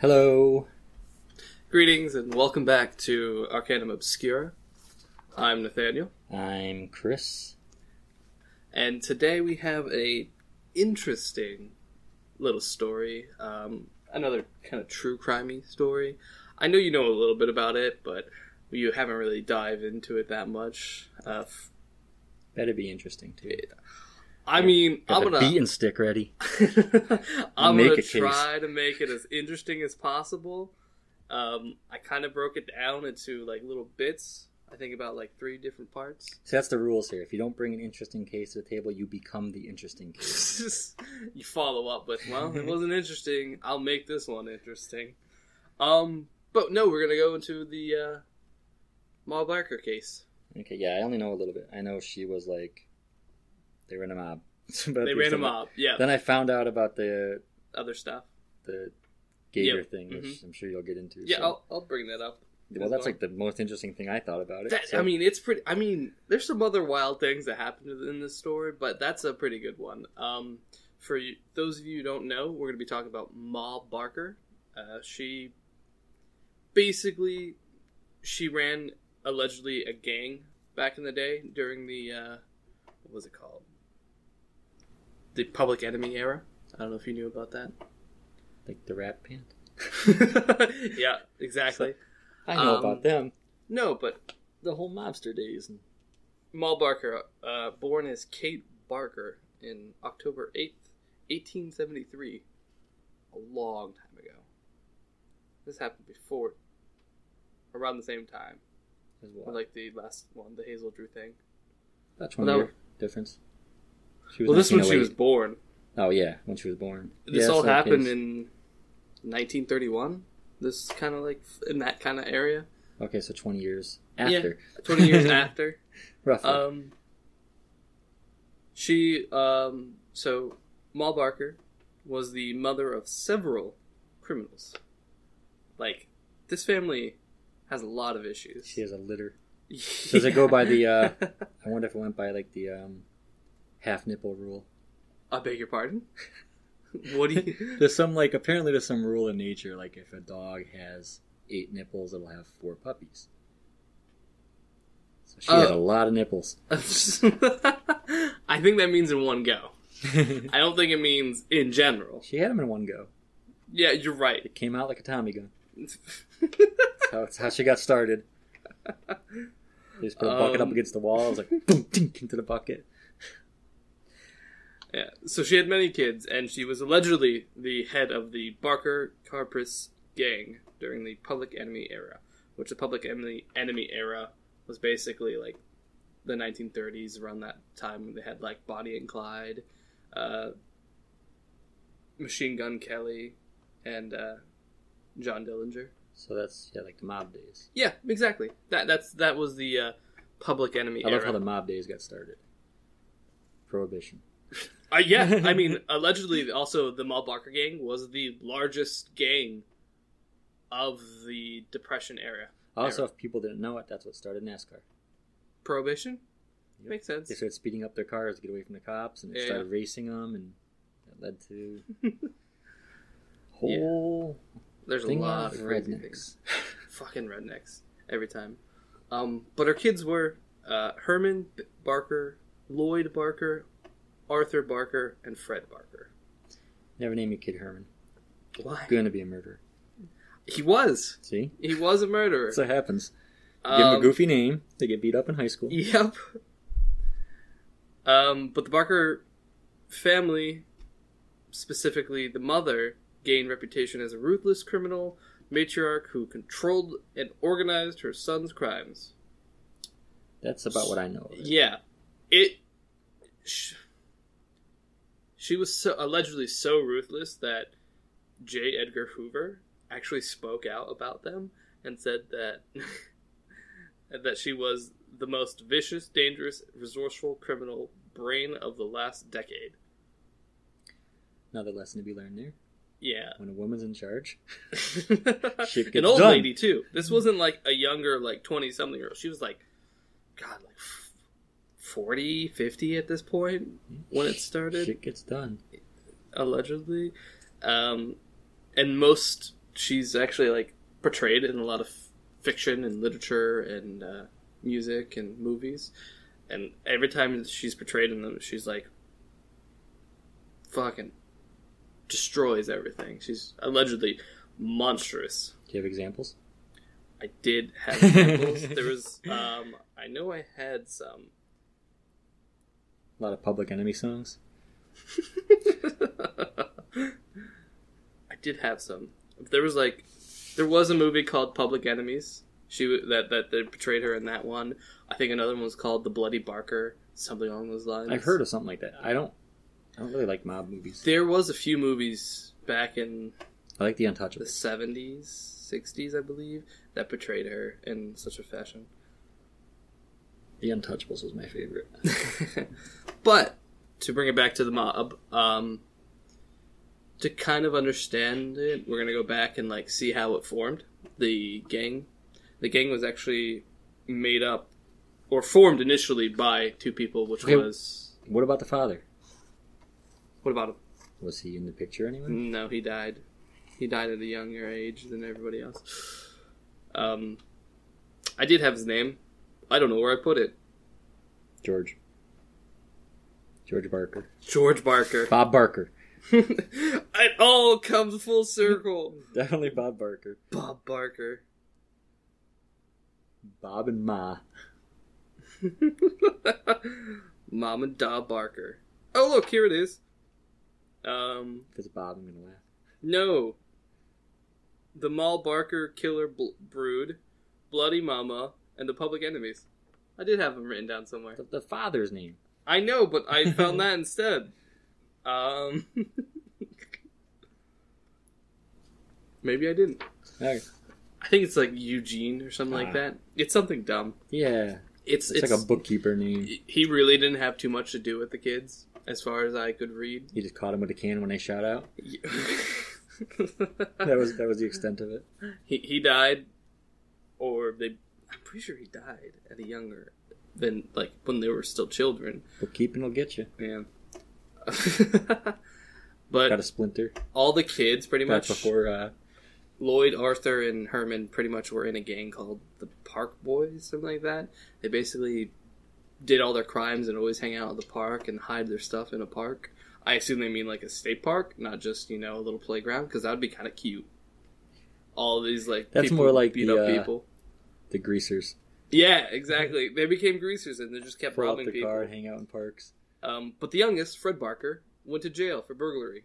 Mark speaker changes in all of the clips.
Speaker 1: Hello.
Speaker 2: Greetings and welcome back to Arcanum Obscura. I'm Nathaniel,
Speaker 1: I'm Chris.
Speaker 2: and today we have a interesting little story. Um, another kind of true crimey story. I know you know a little bit about it, but you haven't really dived into it that much. Uh, f-
Speaker 1: Better be interesting too.
Speaker 2: I mean,
Speaker 1: Got
Speaker 2: I'm
Speaker 1: the
Speaker 2: gonna
Speaker 1: beating stick ready.
Speaker 2: I'm
Speaker 1: Make a
Speaker 2: gonna
Speaker 1: case.
Speaker 2: try to make it as interesting as possible. Um, I kind of broke it down into like little bits. I think about like three different parts.
Speaker 1: So that's the rules here. If you don't bring an interesting case to the table, you become the interesting case.
Speaker 2: you follow up with, well, it wasn't interesting. I'll make this one interesting. Um, but no, we're gonna go into the uh, Maul Barker case.
Speaker 1: Okay, yeah, I only know a little bit. I know she was like, they ran a mob. But
Speaker 2: they
Speaker 1: there's
Speaker 2: ran
Speaker 1: some-
Speaker 2: him up. Yeah,
Speaker 1: Then I found out about the
Speaker 2: other stuff.
Speaker 1: the
Speaker 2: Yep,
Speaker 1: Gator
Speaker 2: mm-hmm.
Speaker 1: thing, which I'm sure you'll get into.
Speaker 2: Yeah,
Speaker 1: so-
Speaker 2: I'll, I'll bring that up.
Speaker 1: well, that's like the most interesting thing I thought about it.
Speaker 2: That,
Speaker 1: so-
Speaker 2: I mean, it's pretty. I mean, there's some other wild things that happened in this story, but that's a pretty good one. Um, for you, those of you who don't know, we're going to be talking about Ma Barker. Uh, she basically she ran allegedly a gang back in the day during the uh, what was it called? The Public Enemy era. I don't know if you knew about that.
Speaker 1: like the Rat Pant.
Speaker 2: yeah, exactly.
Speaker 1: I know
Speaker 2: Um,
Speaker 1: about them.
Speaker 2: No, but
Speaker 1: The whole mobster days. And
Speaker 2: Maul Barker, uh, born as Kate Barker in October 8th, 1873, a long time ago. This happened before, around the same time,
Speaker 1: as
Speaker 2: with,
Speaker 1: well.
Speaker 2: like the last one, the Hazel Drew thing.
Speaker 1: That's one
Speaker 2: Well, that
Speaker 1: year difference. She was
Speaker 2: Well, this one she
Speaker 1: 1908.
Speaker 2: was born.
Speaker 1: Oh yeah, when she was born.
Speaker 2: This
Speaker 1: Yeah,
Speaker 2: all
Speaker 1: so it
Speaker 2: happened
Speaker 1: is-
Speaker 2: in 1931. This kind of like f- in that kind of area,
Speaker 1: Okay, so twenty years after,
Speaker 2: 20 years after.
Speaker 1: roughly.
Speaker 2: Um, she, um, so Maul Barker was the mother of several criminals. Like, this family has a lot of issues.
Speaker 1: she has a litter. Does it go by the? uh I wonder if it went by like the um half nipple rule.
Speaker 2: I beg your pardon? what do you.
Speaker 1: There's some like apparently there's some rule in nature like if a dog has eight nipples, it'll have four puppies. So she had a
Speaker 2: Oh.
Speaker 1: lot of nipples.
Speaker 2: I think that means in one go.
Speaker 1: she
Speaker 2: I don't think it means in general.
Speaker 1: had them in one go.
Speaker 2: Yeah, you're right.
Speaker 1: It came out like a Tommy gun. how, it's how she got started. They just put a bucket up
Speaker 2: Um,
Speaker 1: against the wall. It's like boom, tink into the bucket.
Speaker 2: Yeah. So she had many kids, and she was allegedly the head of the Barker Carpus gang during the Public Enemy era, which the Public Enemy Enemy era was basically like the 1930s, around that time when they had like Bonnie and Clyde, uh, Machine Gun Kelly, and uh, John Dillinger.
Speaker 1: So that's yeah, like the mob days.
Speaker 2: Yeah, exactly. That that's that was the uh, Public Enemy
Speaker 1: I
Speaker 2: era.
Speaker 1: love how the mob days got started. Prohibition.
Speaker 2: Uh, yeah, I mean, allegedly, also the Mal Barker gang was the largest gang of the Depression era.
Speaker 1: Also, if people didn't know it, that's what started NASCAR.
Speaker 2: Prohibition
Speaker 1: Yep.
Speaker 2: makes sense.
Speaker 1: They started speeding up their cars to get away from the cops, and they
Speaker 2: Yeah.
Speaker 1: started racing them, and that led to whole
Speaker 2: There's a
Speaker 1: thing
Speaker 2: lot
Speaker 1: of
Speaker 2: of crazy
Speaker 1: rednecks.
Speaker 2: things. Fucking rednecks every time. Um, but our kids were uh, Herman B- Barker, Lloyd Barker, Arthur Barker, and Fred Barker.
Speaker 1: Never name your kid Herman.
Speaker 2: Why?
Speaker 1: Gonna be a murderer.
Speaker 2: He was.
Speaker 1: See,
Speaker 2: He was a murderer.
Speaker 1: that's what happens. Give them a
Speaker 2: Um,
Speaker 1: goofy name. They get beat up in high school.
Speaker 2: Yep. Um, but the Barker family, specifically the mother, gained reputation as a ruthless criminal matriarch who controlled and organized her son's crimes.
Speaker 1: That's about what I know. Of it.
Speaker 2: Yeah, it. She, she was so, allegedly so ruthless that J. Edgar Hoover actually spoke out about them and said that that she was the most vicious, dangerous, resourceful criminal brain of the last decade.
Speaker 1: Another lesson to be learned there.
Speaker 2: Yeah,
Speaker 1: When a woman's in charge, Shit
Speaker 2: an
Speaker 1: gets
Speaker 2: old
Speaker 1: done.
Speaker 2: lady too. This wasn't like a younger, like twenty something year old. She was like, God, like. 40 50 at this point when it started
Speaker 1: shit gets done.
Speaker 2: allegedly, um, and most she's actually like portrayed in a lot of fiction and literature and uh, music and movies. And every time she's portrayed in them, she's like fucking destroys everything. She's allegedly monstrous.
Speaker 1: Do you have examples?
Speaker 2: I did have examples. there was, um, I know I had some.
Speaker 1: A lot of Public Enemy songs.
Speaker 2: I did have some. There was like, there was a movie called Public Enemies. She wa- that that they portrayed her in that one. I think another one was called The Bloody Barker, something along those lines.
Speaker 1: I've heard of something like that. I don't. I don't really like mob movies.
Speaker 2: There was a few movies back in
Speaker 1: I like The
Speaker 2: the
Speaker 1: Untouchables.
Speaker 2: 70s, 60s, I believe, that portrayed her in such a fashion.
Speaker 1: The Untouchables was my favorite.
Speaker 2: but to bring it back to the mob, um, to kind of understand it, we're gonna go back and like see how it formed. The gang, the gang was actually made up or formed initially by two people, which
Speaker 1: Okay.
Speaker 2: was
Speaker 1: What about the father?
Speaker 2: what about him?
Speaker 1: Was he in the picture anyway?
Speaker 2: No, he died. He died at a younger age than everybody else. Um, I did have his name. I don't know where I put it.
Speaker 1: George. George Barker.
Speaker 2: George Barker.
Speaker 1: Bob Barker.
Speaker 2: it all comes full circle.
Speaker 1: Definitely Bob Barker.
Speaker 2: Bob Barker.
Speaker 1: Bob and Ma.
Speaker 2: Mom and Da Barker. Oh look, here it is. Um,
Speaker 1: If it's Bob, I'm gonna laugh.
Speaker 2: no. The Mall Barker Killer Bl- Brood, Bloody Mama, and the Public Enemies. I did have them written down somewhere.
Speaker 1: The, the father's name.
Speaker 2: I know, but I found that instead. Um, maybe I didn't.
Speaker 1: Okay.
Speaker 2: I think it's like Eugene or something
Speaker 1: Ah.
Speaker 2: like that. It's something dumb.
Speaker 1: Yeah,
Speaker 2: It's
Speaker 1: it's,
Speaker 2: it's,
Speaker 1: like a bookkeeper name.
Speaker 2: he really didn't have too much to do with the kids, as far as I could read.
Speaker 1: You just caught him with a can when they shot out. That
Speaker 2: that
Speaker 1: was that was the extent of it.
Speaker 2: he, he died, or they. I'm pretty sure he died at a younger than like when they were still children.
Speaker 1: Bookkeeping will get you.
Speaker 2: Yeah.
Speaker 1: Got a
Speaker 2: but
Speaker 1: splinter.
Speaker 2: all the kids, pretty
Speaker 1: That's
Speaker 2: much,
Speaker 1: before. Uh,
Speaker 2: Lloyd, Arthur, and Herman, pretty much were in a gang called the Park Boys, something like that. They basically did all their crimes and always hang out at the park and hide their stuff in a park. I assume they mean like a state park, not just you know a little playground, because that would be kind of cute. All these like
Speaker 1: That's more like
Speaker 2: beat
Speaker 1: the,
Speaker 2: up
Speaker 1: uh,
Speaker 2: people.
Speaker 1: the greasers
Speaker 2: Yeah, exactly. They became greasers and they just kept
Speaker 1: pull out
Speaker 2: robbing
Speaker 1: the
Speaker 2: people.
Speaker 1: car and hang out in parks.
Speaker 2: Um, but the youngest, Fred Barker, went to jail for burglary,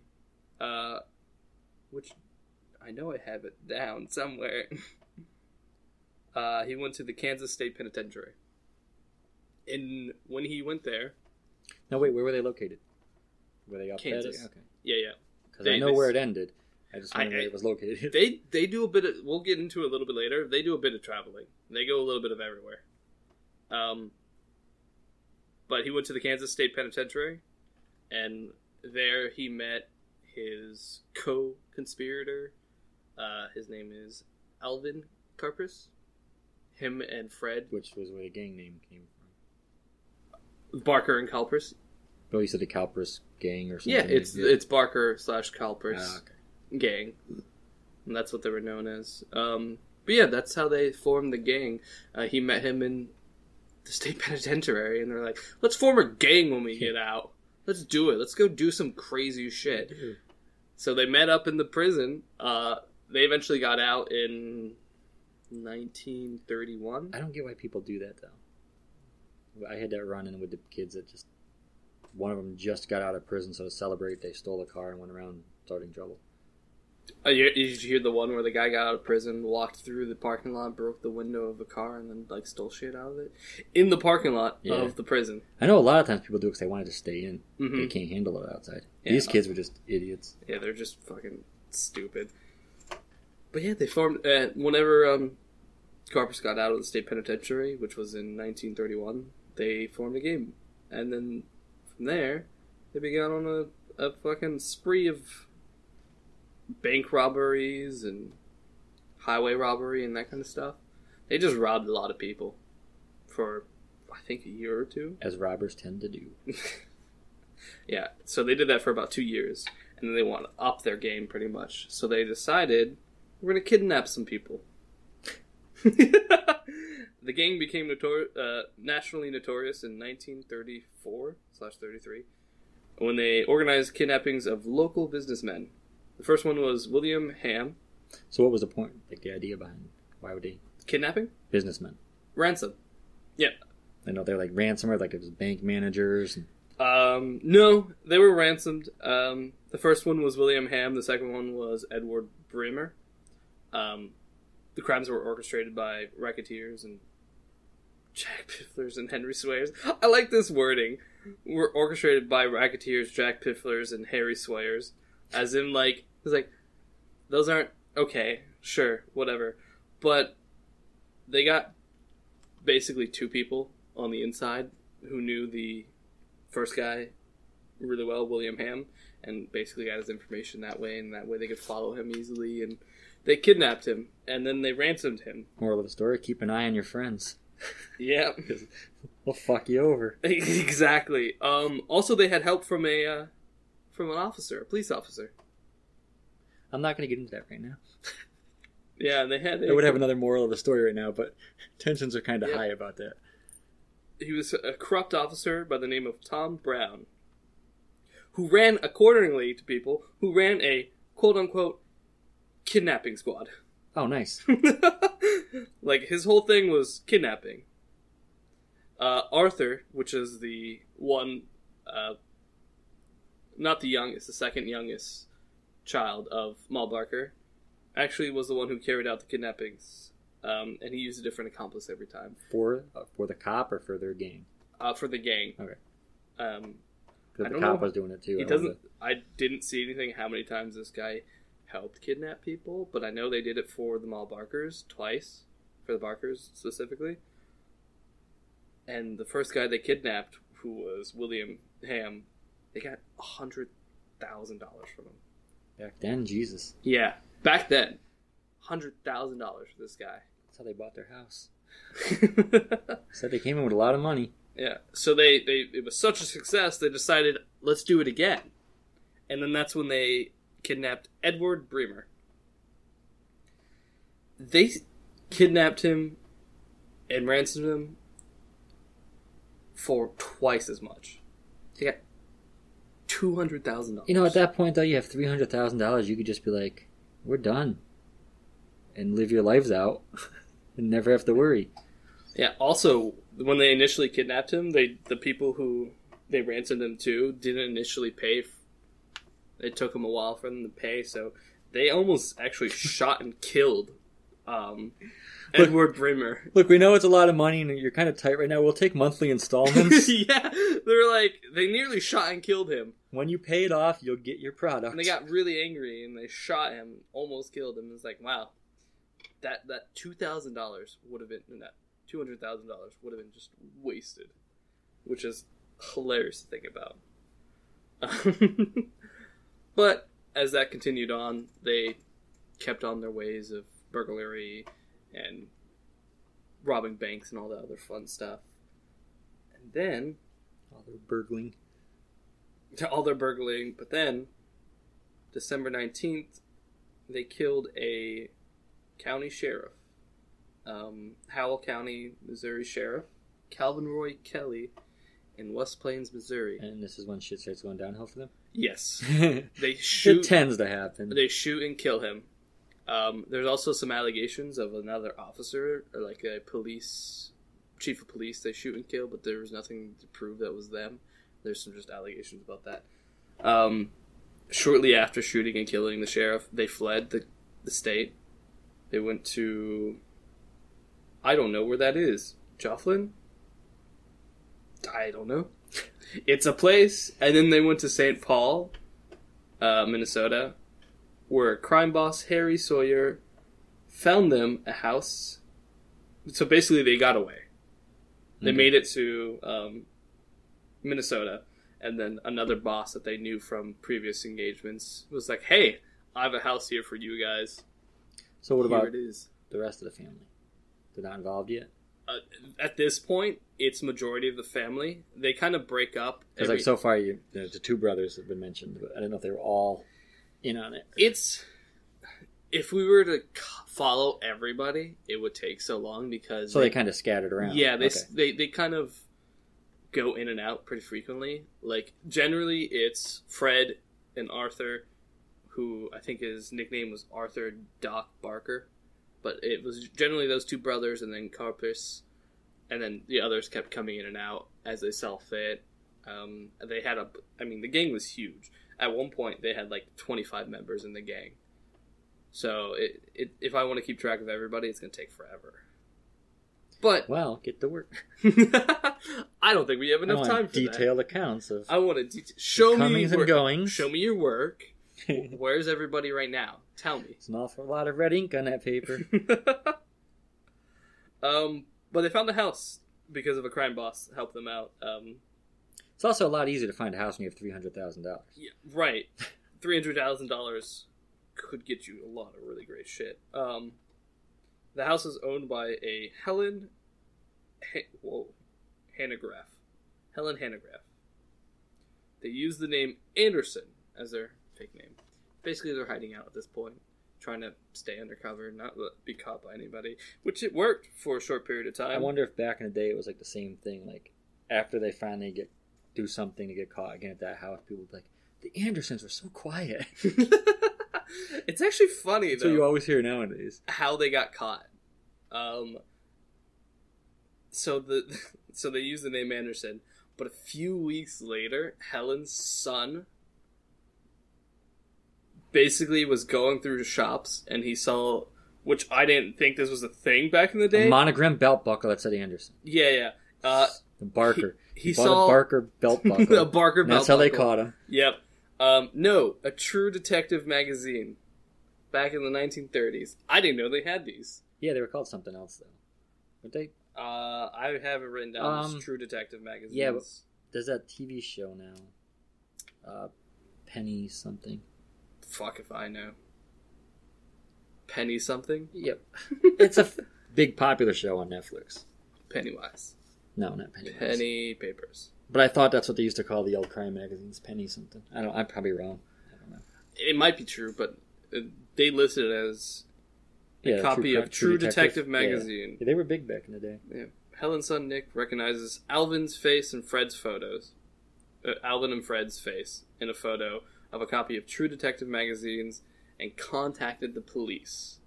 Speaker 2: uh, which I know I have it down somewhere. uh, he went to the Kansas State Penitentiary, and when he went there,
Speaker 1: No, wait, where were they located? Were they up
Speaker 2: Kansas.
Speaker 1: That? Okay,
Speaker 2: yeah, yeah,
Speaker 1: because
Speaker 2: They-
Speaker 1: I know
Speaker 2: they-
Speaker 1: where it ended. I just
Speaker 2: I-
Speaker 1: wonder where
Speaker 2: I-
Speaker 1: it was located.
Speaker 2: they they do a bit of we'll get into it a little bit later they do a bit of traveling they go a little bit of everywhere um but he went to the kansas state penitentiary and there he met his co-conspirator uh his name is alvin carpus him and fred
Speaker 1: Which was where the gang name came from.
Speaker 2: barker and calpers
Speaker 1: Oh, you said the Calpris gang or something.
Speaker 2: yeah it's
Speaker 1: Yeah.
Speaker 2: it's barker slash calpers
Speaker 1: Ah, okay.
Speaker 2: gang. And that's what they were known as. Um, but yeah, that's how they formed the gang. Uh, he met him in the state penitentiary, and they're like, let's form a gang when we get out. Let's do it. Let's go do some crazy shit. So they met up in the prison. Uh, they eventually got out in 1931.
Speaker 1: I don't get why people do that though. I had that run in with the kids that just one of them just got out of prison, so to celebrate, they stole a car and went around starting trouble.
Speaker 2: Uh, you- did you hear the one where the guy got out of prison, walked through the parking lot, broke the window of a car, and then like stole shit out of it in the parking lot
Speaker 1: Yeah.
Speaker 2: of the prison?
Speaker 1: I know a lot of times people do because they wanted to stay in.
Speaker 2: Mhm.
Speaker 1: They can't handle it outside.
Speaker 2: Yeah.
Speaker 1: These kids were just idiots.
Speaker 2: Yeah, they're just fucking stupid. But yeah, they formed uh, whenever um, Carpus got out of the state penitentiary, which was in 1931. They formed a game, and then from there, they began on a, a fucking spree of bank robberies and highway robbery and that kind of stuff. They just robbed a lot of people for, I think, a year or two.
Speaker 1: as robbers tend to do.
Speaker 2: Yeah, so they did that for about two years, and then they want to up their game pretty much. So they decided We're gonna kidnap some people. the gang became notor- uh, nationally notorious in 1934 slash 33 when they organized kidnappings of local businessmen. The first one was William Ham
Speaker 1: So what was the point? Like the idea behind why would they
Speaker 2: kidnapping
Speaker 1: businessmen?
Speaker 2: ransom.
Speaker 1: I know they're like ransomware, like it was bank managers. And,
Speaker 2: Um, no, they were ransomed. Um, the first one was William Ham. The second one was Edward Bremer. Um, the crimes were orchestrated by racketeers and Jack Pifflers and Henry Swayers. I like this wording. Were orchestrated by racketeers, Jack Pifflers, and Harry Swayers. As in, like, it's like, those aren't okay, sure, whatever. But they got basically two people on the inside who knew the first guy really well, William Ham, and basically got his information that way, and that way they could follow him easily. And they kidnapped him, and then they ransomed him.
Speaker 1: moral of the story: keep an eye on your friends.
Speaker 2: Yeah,
Speaker 1: They'll fuck you over.
Speaker 2: exactly. Um, also, they had help from a uh, from an officer, a police officer.
Speaker 1: I'm not going to get into that right now.
Speaker 2: Yeah, they had.
Speaker 1: I would have another moral of the story right now, but tensions are kind of
Speaker 2: Yeah.
Speaker 1: high about that.
Speaker 2: He was a corrupt officer by the name of Tom Brown, who ran accordingly to people who ran a quote unquote kidnapping squad.
Speaker 1: Oh, nice.
Speaker 2: like his whole thing was kidnapping. Uh, Arthur, which is the one, uh, not the youngest, the second youngest child of Mal Barker, actually was the one who carried out the kidnappings, um, and he used a different accomplice every time
Speaker 1: For uh, for the cop or for their gang?
Speaker 2: uh, for the gang.
Speaker 1: Okay.
Speaker 2: Um, I
Speaker 1: Because the
Speaker 2: don't
Speaker 1: cop
Speaker 2: know.
Speaker 1: was doing it too.
Speaker 2: he
Speaker 1: I
Speaker 2: doesn't.
Speaker 1: wonder.
Speaker 2: I didn't see anything how many times this guy helped kidnap people, but I know they did it for the Mall Barkers twice, for the Barkers specifically. And the first guy they kidnapped, who was William Ham, they got a hundred thousand dollars from him.
Speaker 1: Back then, Jesus,
Speaker 2: Yeah, back then, hundred thousand dollars for this guy.
Speaker 1: that's how they bought their house. Said they came in with a lot of money.
Speaker 2: yeah, so they they it was such a success they decided let's do it again, and then that's when they kidnapped Edward Bremer. they kidnapped him and ransomed him for twice as much. They got two hundred thousand dollars.
Speaker 1: You know, at that point though, you have three hundred thousand dollars. You could just be like, "We're done," and live your lives out, and never have to worry.
Speaker 2: yeah. Also, when they initially kidnapped him, they the people who they ransomed him to didn't initially pay. F- it took him a while for them to pay, so they almost actually shot and killed um,
Speaker 1: Look-
Speaker 2: Edward Brimmer.
Speaker 1: Look, we know it's a lot of money, and you're kind of tight right now. We'll take monthly installments.
Speaker 2: yeah, they're like they nearly shot and killed him.
Speaker 1: when you pay it off, you'll get your product.
Speaker 2: And they got really angry and they shot him, almost killed him. It's like, wow, that that two thousand dollars would have been no, that two hundred thousand dollars would have been just wasted, which is hilarious to think about. but as that continued on, they kept on their ways of burglary and robbing banks and all that other fun stuff. And then
Speaker 1: all their burgling.
Speaker 2: to all their burgling. But then, December 19th, they killed a county sheriff. Um, Howell County, Missouri sheriff, Calvin Roy Kelly in West Plains, Missouri.
Speaker 1: And this is when shit starts going downhill for them.
Speaker 2: Yes.
Speaker 1: it
Speaker 2: They shoot
Speaker 1: tends to happen.
Speaker 2: they shoot and kill him. Um, there's also some allegations of another officer or like a police chief of police they shoot and kill, but there was nothing to prove that was them. There's some just allegations about that. Um, shortly after shooting and killing the sheriff, they fled the, the state. They went to I don't know where that is. Joplin? I don't know. It's a place, and then they went to St. Paul, uh, Minnesota, where crime boss Harry Sawyer found them a house. So basically, they got away. They
Speaker 1: Okay.
Speaker 2: made it to um, Minnesota, and then another boss that they knew from previous engagements was like, "Hey, I have a house here for you guys.
Speaker 1: So what
Speaker 2: Here
Speaker 1: about
Speaker 2: it is."
Speaker 1: the rest of the family? They're not involved yet.
Speaker 2: Uh, at this point, it's majority of the family. They kind of break up.
Speaker 1: Because
Speaker 2: every-
Speaker 1: like so far, you, the, the two brothers have been mentioned, but I don't know if they were all in on it.
Speaker 2: it's if we were to c- follow everybody, it would take so long because
Speaker 1: So they kind of scattered around.
Speaker 2: yeah they, s
Speaker 1: Okay.
Speaker 2: they they kind of go in and out pretty frequently. Like generally, it's Fred and Arthur, who I think his nickname was Arthur Doc Barker, but it was generally those two brothers and then Carpus, and then the others kept coming in and out as they saw fit. Um, they had a, I mean, the gang was huge. At one point, they had like 25 members in the gang. So it, it, if I want to keep track of everybody, it's going to take forever. But
Speaker 1: Well, get to work.
Speaker 2: I don't think we have
Speaker 1: I
Speaker 2: enough
Speaker 1: want
Speaker 2: time for
Speaker 1: detailed accounts of
Speaker 2: that. I want to detail. Show me your
Speaker 1: comings and
Speaker 2: work.
Speaker 1: goings.
Speaker 2: Show me your work.
Speaker 1: it's
Speaker 2: Where's everybody right now? Tell me.
Speaker 1: an awful lot of red ink on that paper.
Speaker 2: um, but they found a house because of a crime boss helped them out. Um,
Speaker 1: it's also a lot easier to find a house when you have three hundred thousand dollars.
Speaker 2: yeah, right, three hundred thousand dollars could get you a lot of really great shit. Um, the house is owned by a Helen. Ha- whoa, Hanegraaff. Helen Hanegraaff. They use the name Anderson as their fake name. Basically, they're hiding out at this point, trying to stay undercover, and not let- be caught by anybody. Which it worked for a short period of time.
Speaker 1: I wonder if back in the day it was like the same thing. Like after they finally get do something to get caught again at that house, people would be like the Andersons were so quiet.
Speaker 2: it's actually funny
Speaker 1: That's
Speaker 2: though
Speaker 1: what you always hear nowadays.
Speaker 2: how they got caught. Um, so the so they used the name Anderson, but a few weeks later, Helen's son basically was going through shops and he saw, which I didn't think this was a thing back in the day.
Speaker 1: A monogram belt buckle that said Anderson.
Speaker 2: yeah, yeah. Uh,
Speaker 1: The Barker.
Speaker 2: he
Speaker 1: bought
Speaker 2: saw
Speaker 1: a Barker belt buckle.
Speaker 2: a Barker
Speaker 1: And
Speaker 2: belt.
Speaker 1: That's how they
Speaker 2: buckle.
Speaker 1: caught him.
Speaker 2: Yep. Um, no, a True Detective magazine back in the 1930s. I didn't know they had these.
Speaker 1: Yeah, they were called something else though. Weren't they?
Speaker 2: Uh, I have it written down
Speaker 1: Um,
Speaker 2: as True Detective magazines.
Speaker 1: yeah, but- There's that TV show now. Uh, Penny something.
Speaker 2: Fuck if I know. Penny something?
Speaker 1: Yep. it's a f- big popular show on Netflix.
Speaker 2: Pennywise.
Speaker 1: No, not Penny.
Speaker 2: Penny papers.
Speaker 1: But I thought that's what they used to call the old crime magazines, Penny something. I don't. I'm probably wrong. I don't know.
Speaker 2: It might be true, but uh, they list it as a
Speaker 1: Yeah,
Speaker 2: copy
Speaker 1: Cri-
Speaker 2: of True, Detective,
Speaker 1: Yeah.
Speaker 2: magazine.
Speaker 1: Yeah, they were big back in the day.
Speaker 2: Helen's son Nick recognizes Alvin's face and Fred's photos. Uh, Alvin and Fred's face in a photo of a copy of True Detective magazines and contacted the police.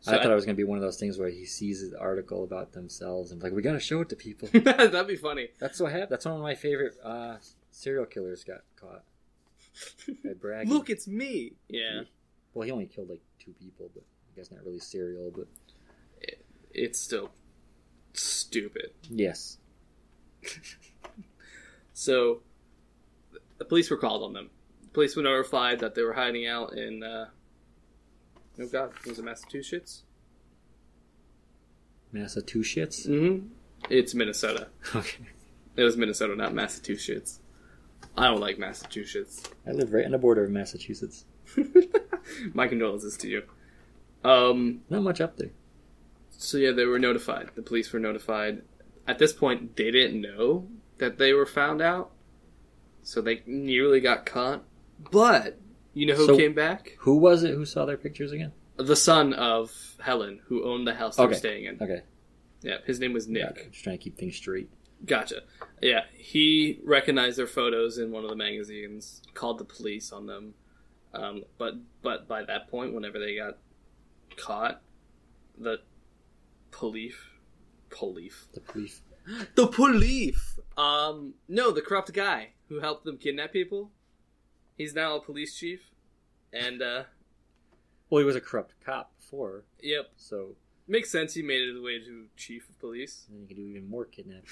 Speaker 2: So
Speaker 1: I thought it was going to be one of those things where he sees the article about themselves and like, we got to show it to people.
Speaker 2: that'd be funny.
Speaker 1: that's what happened. That's one of my favorite uh, serial killers got caught. By bragging.
Speaker 2: Look, it's me. Yeah.
Speaker 1: Well, he only killed like two people, but I guess not really serial. But
Speaker 2: It's still stupid.
Speaker 1: yes,
Speaker 2: So the police were called on them. The police were notified that they were hiding out in uh Oh god, was it Massachusetts?
Speaker 1: Massachusetts.
Speaker 2: Mm-hmm. It's Minnesota.
Speaker 1: Okay,
Speaker 2: It was Minnesota, not Massachusetts. I don't like Massachusetts.
Speaker 1: I live right on the border of Massachusetts.
Speaker 2: My condolences to you. Um,
Speaker 1: Not much up there.
Speaker 2: so yeah, they were notified. The police were notified. At this point, they didn't know that they were found out, so they nearly got caught. But you know who
Speaker 1: So-
Speaker 2: came back?
Speaker 1: Who was it who saw their pictures again?
Speaker 2: The son of Helen, who owned the house they were
Speaker 1: Okay.
Speaker 2: staying in.
Speaker 1: Okay,
Speaker 2: Yeah, his name was Nick.
Speaker 1: got it. I'm just trying to keep things straight.
Speaker 2: Gotcha. Yeah, he recognized their photos in one of the magazines, called the police on them. Um, but but by that point, whenever they got caught, the police, police,
Speaker 1: The police.
Speaker 2: the police. Um, no, the corrupt guy who helped them kidnap people. He's now a police chief, and uh,
Speaker 1: Well, he was a corrupt cop before,
Speaker 2: yep,
Speaker 1: so
Speaker 2: makes sense. He made it the way to chief of police.
Speaker 1: then he could do even more kidnapping.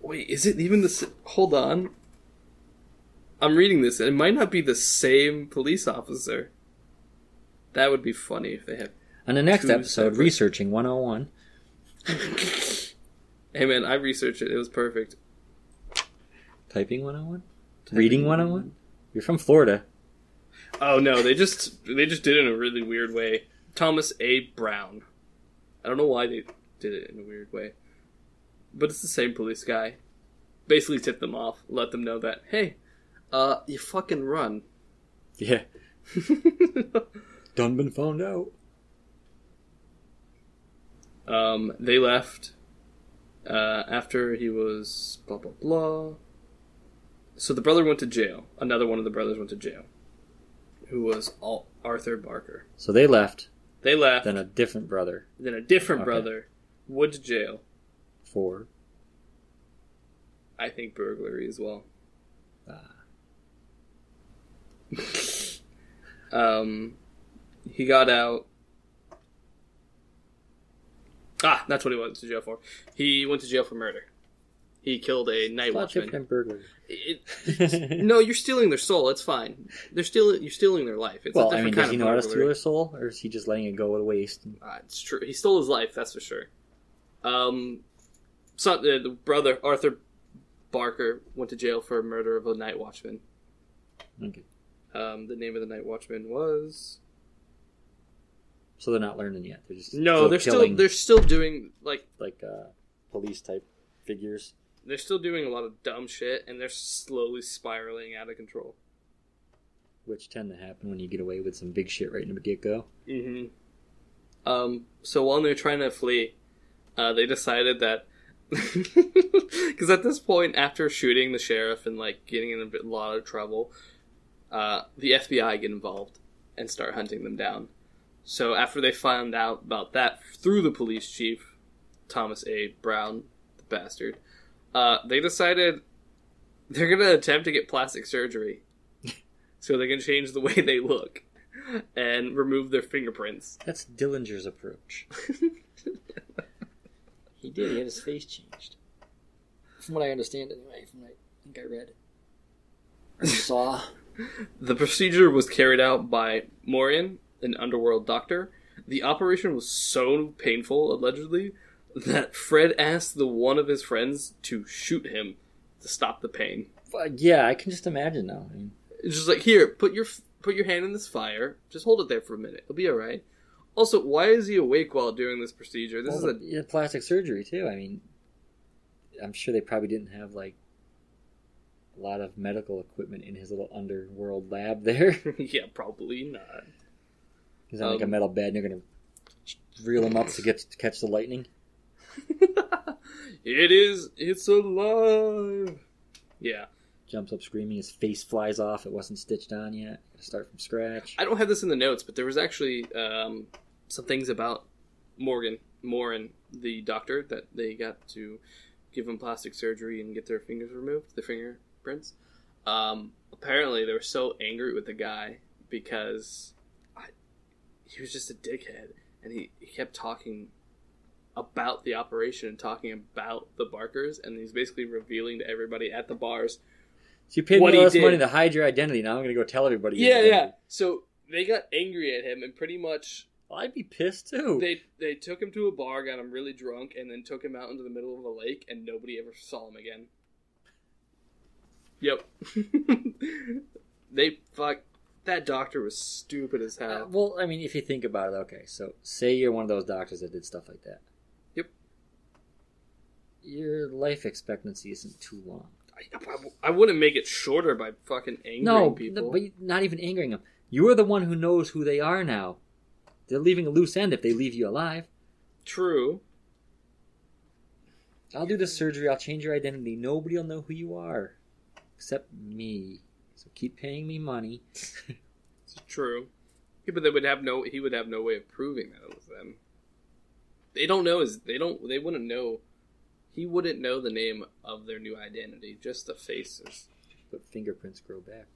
Speaker 2: Wait, is it even the? s- Hold on. I'm reading this, and it might not be the same police officer. That would be funny if they had.
Speaker 1: On the next
Speaker 2: Two
Speaker 1: episode,
Speaker 2: separate-
Speaker 1: researching 101.
Speaker 2: Hey man, I researched it. It was perfect.
Speaker 1: Typing 101? Reading 101? You're from Florida.
Speaker 2: Oh no, they just they just did it in a really weird way. Thomas A. Brown. I don't know why they did it in a weird way, but it's the same police guy. Basically, tipped them off, let them know that hey, uh, you fucking run.
Speaker 1: Yeah. Done been found out.
Speaker 2: um, they left uh, after he was blah blah blah. So the brother went to jail. Another one of the brothers went to jail, who was Al- Arthur Barker.
Speaker 1: So they left.
Speaker 2: They left.
Speaker 1: Then a different brother
Speaker 2: Then a different
Speaker 1: Okay.
Speaker 2: brother went to jail.
Speaker 1: for
Speaker 2: I think burglary as well. Ah. um, he got out. Ah, that's what he went to jail for. He went to jail for murder. He killed a night
Speaker 1: Lot
Speaker 2: watchman.
Speaker 1: different burglary.
Speaker 2: It- no, you're stealing their soul. It's fine. They're still you're stealing their life. It's a
Speaker 1: well, I
Speaker 2: different
Speaker 1: mean,
Speaker 2: kind
Speaker 1: does
Speaker 2: of
Speaker 1: he know how to
Speaker 2: burglary.
Speaker 1: steal a soul, or is he just letting it go to waste? And,
Speaker 2: Uh, it's true. He stole his life, that's for sure. Um, so, uh, the brother Arthur Barker went to jail for murder of a night watchman.
Speaker 1: okay.
Speaker 2: Um, the name of the night watchman was
Speaker 1: So they're not learning yet. They're just
Speaker 2: no. They're still
Speaker 1: killing,
Speaker 2: they're still doing like
Speaker 1: like uh, police type figures.
Speaker 2: they're still doing a lot of dumb shit, and they're slowly spiraling out of control.
Speaker 1: which tend to happen when you get away with some big shit right in the get go.
Speaker 2: hmm Um, so while they're trying to flee, uh, they decided that because at this point, after shooting the sheriff and like getting in a bit- lot of trouble, uh, the FBI get involved and start hunting them down. So after they found out about that through the police chief, Thomas A. Brown, the bastard, uh, they decided they're gonna attempt to get plastic surgery so they can change the way they look and remove their fingerprints.
Speaker 1: That's Dillinger's approach. he did. He had his face changed. From what I understand, anyway, from what I think I read or saw.
Speaker 2: The procedure was carried out by Morian, an underworld doctor. The operation was so painful, allegedly, that Fred asked the one of his friends to shoot him to stop the pain.
Speaker 1: But yeah, I can just imagine now. I mean,
Speaker 2: It's just like, here, put your put your hand in this fire. Just hold it there for a minute. It'll be all right. Also, why is he awake while doing this procedure? This
Speaker 1: all
Speaker 2: is
Speaker 1: the-
Speaker 2: a
Speaker 1: yeah, plastic surgery too. I mean, I'm sure they probably didn't have like a lot of medical equipment in his little underworld lab there.
Speaker 2: yeah, probably not.
Speaker 1: He's on like a
Speaker 2: Um,
Speaker 1: metal bed, and you're gonna reel him up to get to catch the lightning.
Speaker 2: It is. It's alive. Yeah.
Speaker 1: jumps up screaming. His face flies off. It wasn't stitched on yet. Gotta start from scratch.
Speaker 2: I don't have this in the notes, but there was actually um, some things about Morgan, Morin, the doctor, that they got to give him plastic surgery and get their fingers removed, the fingerprints. Um, apparently, they were so angry with the guy because I, he was just a dickhead, and he, he kept talking about the operation and talking about the Barkers, and he's basically revealing to everybody at the bars
Speaker 1: so you paid
Speaker 2: What
Speaker 1: me all
Speaker 2: he
Speaker 1: this
Speaker 2: did-
Speaker 1: money to hide your identity. Now I'm gonna go tell everybody. your
Speaker 2: Yeah, yeah.
Speaker 1: identity.
Speaker 2: So they got angry at him and pretty much
Speaker 1: Well, I'd be pissed too.
Speaker 2: they they took him to a bar, got him really drunk, and then took him out into the middle of a lake and nobody ever saw him again. Yep. they fuck that doctor was stupid as
Speaker 1: Uh,
Speaker 2: hell.
Speaker 1: well, I mean, if you think about it, okay. So say you're one of those doctors that did stuff like that.
Speaker 2: Yep.
Speaker 1: Your life expectancy isn't too long.
Speaker 2: I, I- I wouldn't make it shorter by fucking angering
Speaker 1: no,
Speaker 2: people.
Speaker 1: but you- not even angering them. You're the one who knows who they are now. They're leaving a loose end if they leave you alive.
Speaker 2: True.
Speaker 1: I'll do the surgery. I'll change your identity. Nobody will know who you are, except me. So keep paying me money.
Speaker 2: True. Yeah, but they would have no. He would have no way of proving that it was them. They don't know. Is they don't. They wouldn't know. He wouldn't know the name of their new identity. Just the faces.
Speaker 1: But fingerprints grow back.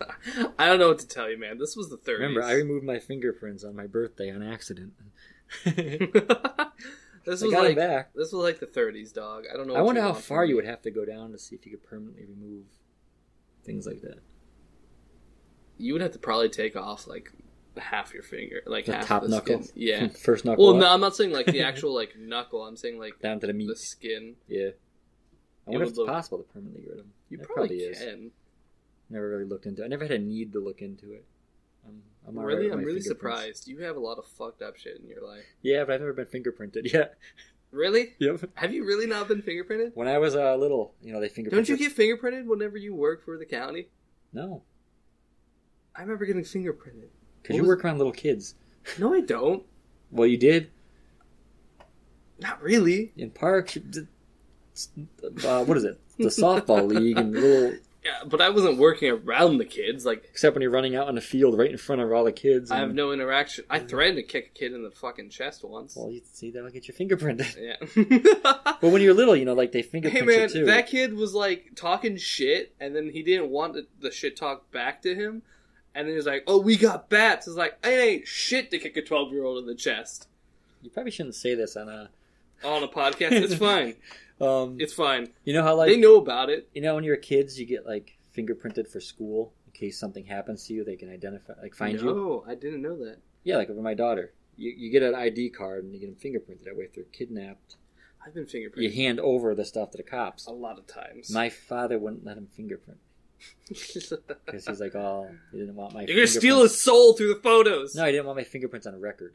Speaker 2: I don't know what to tell you, man. This was the third.
Speaker 1: Remember, I removed my fingerprints on my birthday on accident. I
Speaker 2: this was
Speaker 1: got them
Speaker 2: like
Speaker 1: back.
Speaker 2: this was like the 30s, dog. I don't know.
Speaker 1: I wonder how
Speaker 2: want
Speaker 1: far
Speaker 2: from me.
Speaker 1: you would have to go down to see if you could permanently remove things like that.
Speaker 2: You would have to probably take off like half your finger, like
Speaker 1: The
Speaker 2: half
Speaker 1: top
Speaker 2: the
Speaker 1: knuckle.
Speaker 2: Skin. Yeah.
Speaker 1: From First knuckle.
Speaker 2: well,
Speaker 1: up,
Speaker 2: no, I'm not saying like the actual like knuckle. I'm saying like
Speaker 1: Down to the meat.
Speaker 2: the skin.
Speaker 1: Yeah. I wonder
Speaker 2: would
Speaker 1: if it's
Speaker 2: look-
Speaker 1: possible to permanently get rid of them.
Speaker 2: You
Speaker 1: It
Speaker 2: probably,
Speaker 1: probably is.
Speaker 2: can.
Speaker 1: Never really looked into. it. I never had a need to look into it. I'm, I'm all right
Speaker 2: really,
Speaker 1: with
Speaker 2: I'm
Speaker 1: my
Speaker 2: really
Speaker 1: fingerprints.
Speaker 2: surprised. You have a lot of fucked up shit in your life.
Speaker 1: Yeah, but I've never been fingerprinted yet.
Speaker 2: Really?
Speaker 1: Yep.
Speaker 2: Have you really not been fingerprinted?
Speaker 1: When I was uh, little, you know, they fingerprinted.
Speaker 2: Don't you get fingerprinted whenever you work for the county?
Speaker 1: No,
Speaker 2: I remember getting fingerprinted.
Speaker 1: because
Speaker 2: What
Speaker 1: you
Speaker 2: was-
Speaker 1: work around little kids.
Speaker 2: No, I don't.
Speaker 1: Well, you did
Speaker 2: Not really.
Speaker 1: in park. you did- Uh, what is it? The softball league and little.
Speaker 2: Yeah, but I wasn't working around the kids. Like
Speaker 1: Except when you're running out on the field right in front of all the kids.
Speaker 2: I have
Speaker 1: and-
Speaker 2: no interaction. I threatened to kick a kid in the fucking chest once.
Speaker 1: Mm. Well, you see, that'll get your fingerprinted.
Speaker 2: Yeah.
Speaker 1: But when you're little, you know, like they
Speaker 2: hey
Speaker 1: fingerprint
Speaker 2: man,
Speaker 1: you too.
Speaker 2: that kid was like talking shit, and then he didn't want the, the shit talk back to him, and then he was like, "Oh, we got bats." It's like it ain't shit to kick a twelve year old in the chest
Speaker 1: You probably shouldn't say this on a.
Speaker 2: on a podcast. It's fine.
Speaker 1: Um,
Speaker 2: It's fine.
Speaker 1: you know how like
Speaker 2: They know about it.
Speaker 1: you know when you're kids, you get like fingerprinted for school in case something happens to you. They can identify, like find you.
Speaker 2: No, I didn't know that.
Speaker 1: Yeah, like with my daughter, you, you get an ID card and you get them fingerprinted. That way, if they're kidnapped,
Speaker 2: I've been
Speaker 1: you
Speaker 2: fingerprinted
Speaker 1: hand over the stuff to the cops.
Speaker 2: a lot of times.
Speaker 1: My father wouldn't let him fingerprint
Speaker 2: You're
Speaker 1: because he's like, oh, he didn't want my.
Speaker 2: gonna steal
Speaker 1: fingerprints-
Speaker 2: his soul through the photos.
Speaker 1: No, he didn't want my fingerprints on a record.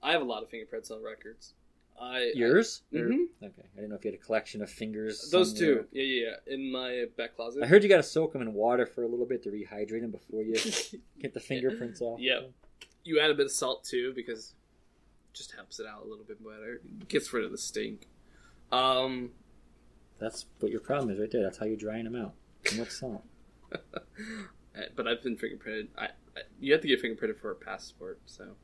Speaker 2: I have a lot of fingerprints on records. I
Speaker 1: Yours?
Speaker 2: I-
Speaker 1: Or-
Speaker 2: Mhm.
Speaker 1: Okay, I didn't know if you had a collection of fingers.
Speaker 2: Those
Speaker 1: somewhere.
Speaker 2: two, yeah, yeah, yeah, in my back closet.
Speaker 1: I heard you got to soak them in water for a little bit to rehydrate them before you get the fingerprints off.
Speaker 2: Yep. you add a bit of salt too because it just helps it out a little bit better. Gets rid of the stink. Um,
Speaker 1: That's what your problem is right there. That's how you're drying them out. And what's salt?
Speaker 2: uh, but I've been fingerprinted. I, I you have to get fingerprinted for a passport. So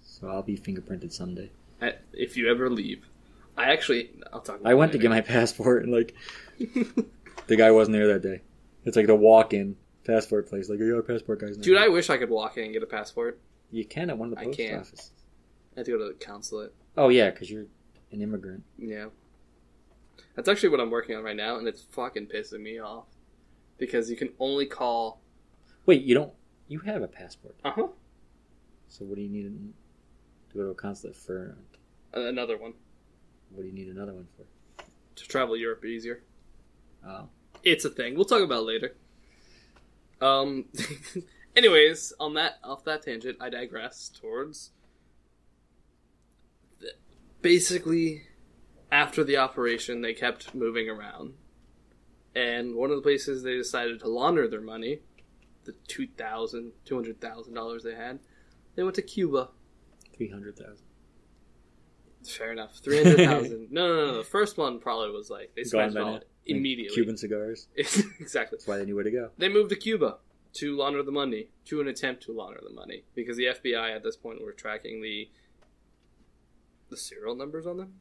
Speaker 1: So I'll be fingerprinted someday.
Speaker 2: I, if you ever leave, I actually I'll talk. About
Speaker 1: I went to
Speaker 2: later.
Speaker 1: get my passport and like the guy wasn't there that day. It's like the walk-in passport place. Like, your passport guy's not
Speaker 2: Dude, I
Speaker 1: here."
Speaker 2: wish I could walk in and get a passport.
Speaker 1: you can at one of the
Speaker 2: I
Speaker 1: post
Speaker 2: can't.
Speaker 1: offices.
Speaker 2: I have to go to the consulate.
Speaker 1: Oh yeah, because you're an immigrant.
Speaker 2: Yeah, that's actually what I'm working on right now, and it's fucking pissing me off because you can only call.
Speaker 1: Wait, you don't? You have a passport.
Speaker 2: Uh huh.
Speaker 1: So what do you need an- to go to a consulate for?
Speaker 2: Another one
Speaker 1: What do you need another one for?
Speaker 2: to travel Europe easier.
Speaker 1: Oh,
Speaker 2: It's a thing. We'll talk about it later. Um. anyways, on that off that tangent, I digress towards. Basically, after the operation, they kept moving around, and one of the places they decided to launder their money, the two thousand, two hundred thousand dollars they had, they went to Cuba.
Speaker 1: three hundred thousand.
Speaker 2: Fair enough, three hundred thousand. no, no, no, no. The first one probably was like they spent it all immediately.
Speaker 1: Cuban cigars.
Speaker 2: exactly.
Speaker 1: That's why they knew where to go.
Speaker 2: They moved to Cuba to launder the money, to an attempt to launder the money, because the FBI at this point were tracking the the serial numbers on them.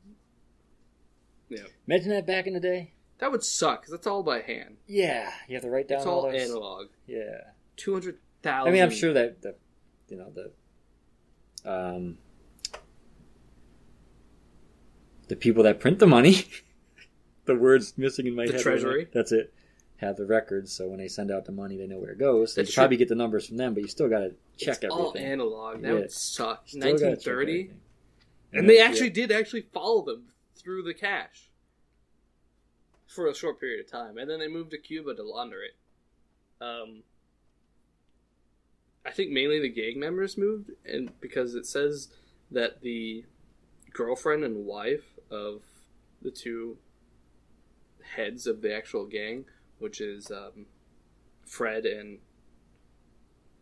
Speaker 1: Imagine that back in the day.
Speaker 2: That would suck because that's all by hand.
Speaker 1: Yeah, you have to write down
Speaker 2: it's
Speaker 1: all,
Speaker 2: all
Speaker 1: those.
Speaker 2: analog.
Speaker 1: Yeah,
Speaker 2: Two hundred thousand.
Speaker 1: I mean, I'm sure that the, you know the, um, the people that print the money, the words missing in my
Speaker 2: The
Speaker 1: head.
Speaker 2: Treasury?
Speaker 1: That's it. Have the records, so when they send out the money, they know where it goes. They
Speaker 2: That's
Speaker 1: could probably get the numbers from them, but you still got to check
Speaker 2: it's all
Speaker 1: everything.
Speaker 2: analog. That
Speaker 1: Yeah.
Speaker 2: would suck.
Speaker 1: Still gotta check
Speaker 2: Nineteen thirty,
Speaker 1: everything.
Speaker 2: and they
Speaker 1: Yeah.
Speaker 2: actually did actually follow them through the cash for a short period of time, and then they moved to Cuba to launder it. um, I think mainly the gang members moved, and because it says that the girlfriend and wife of the two heads of the actual gang, which is um, Fred and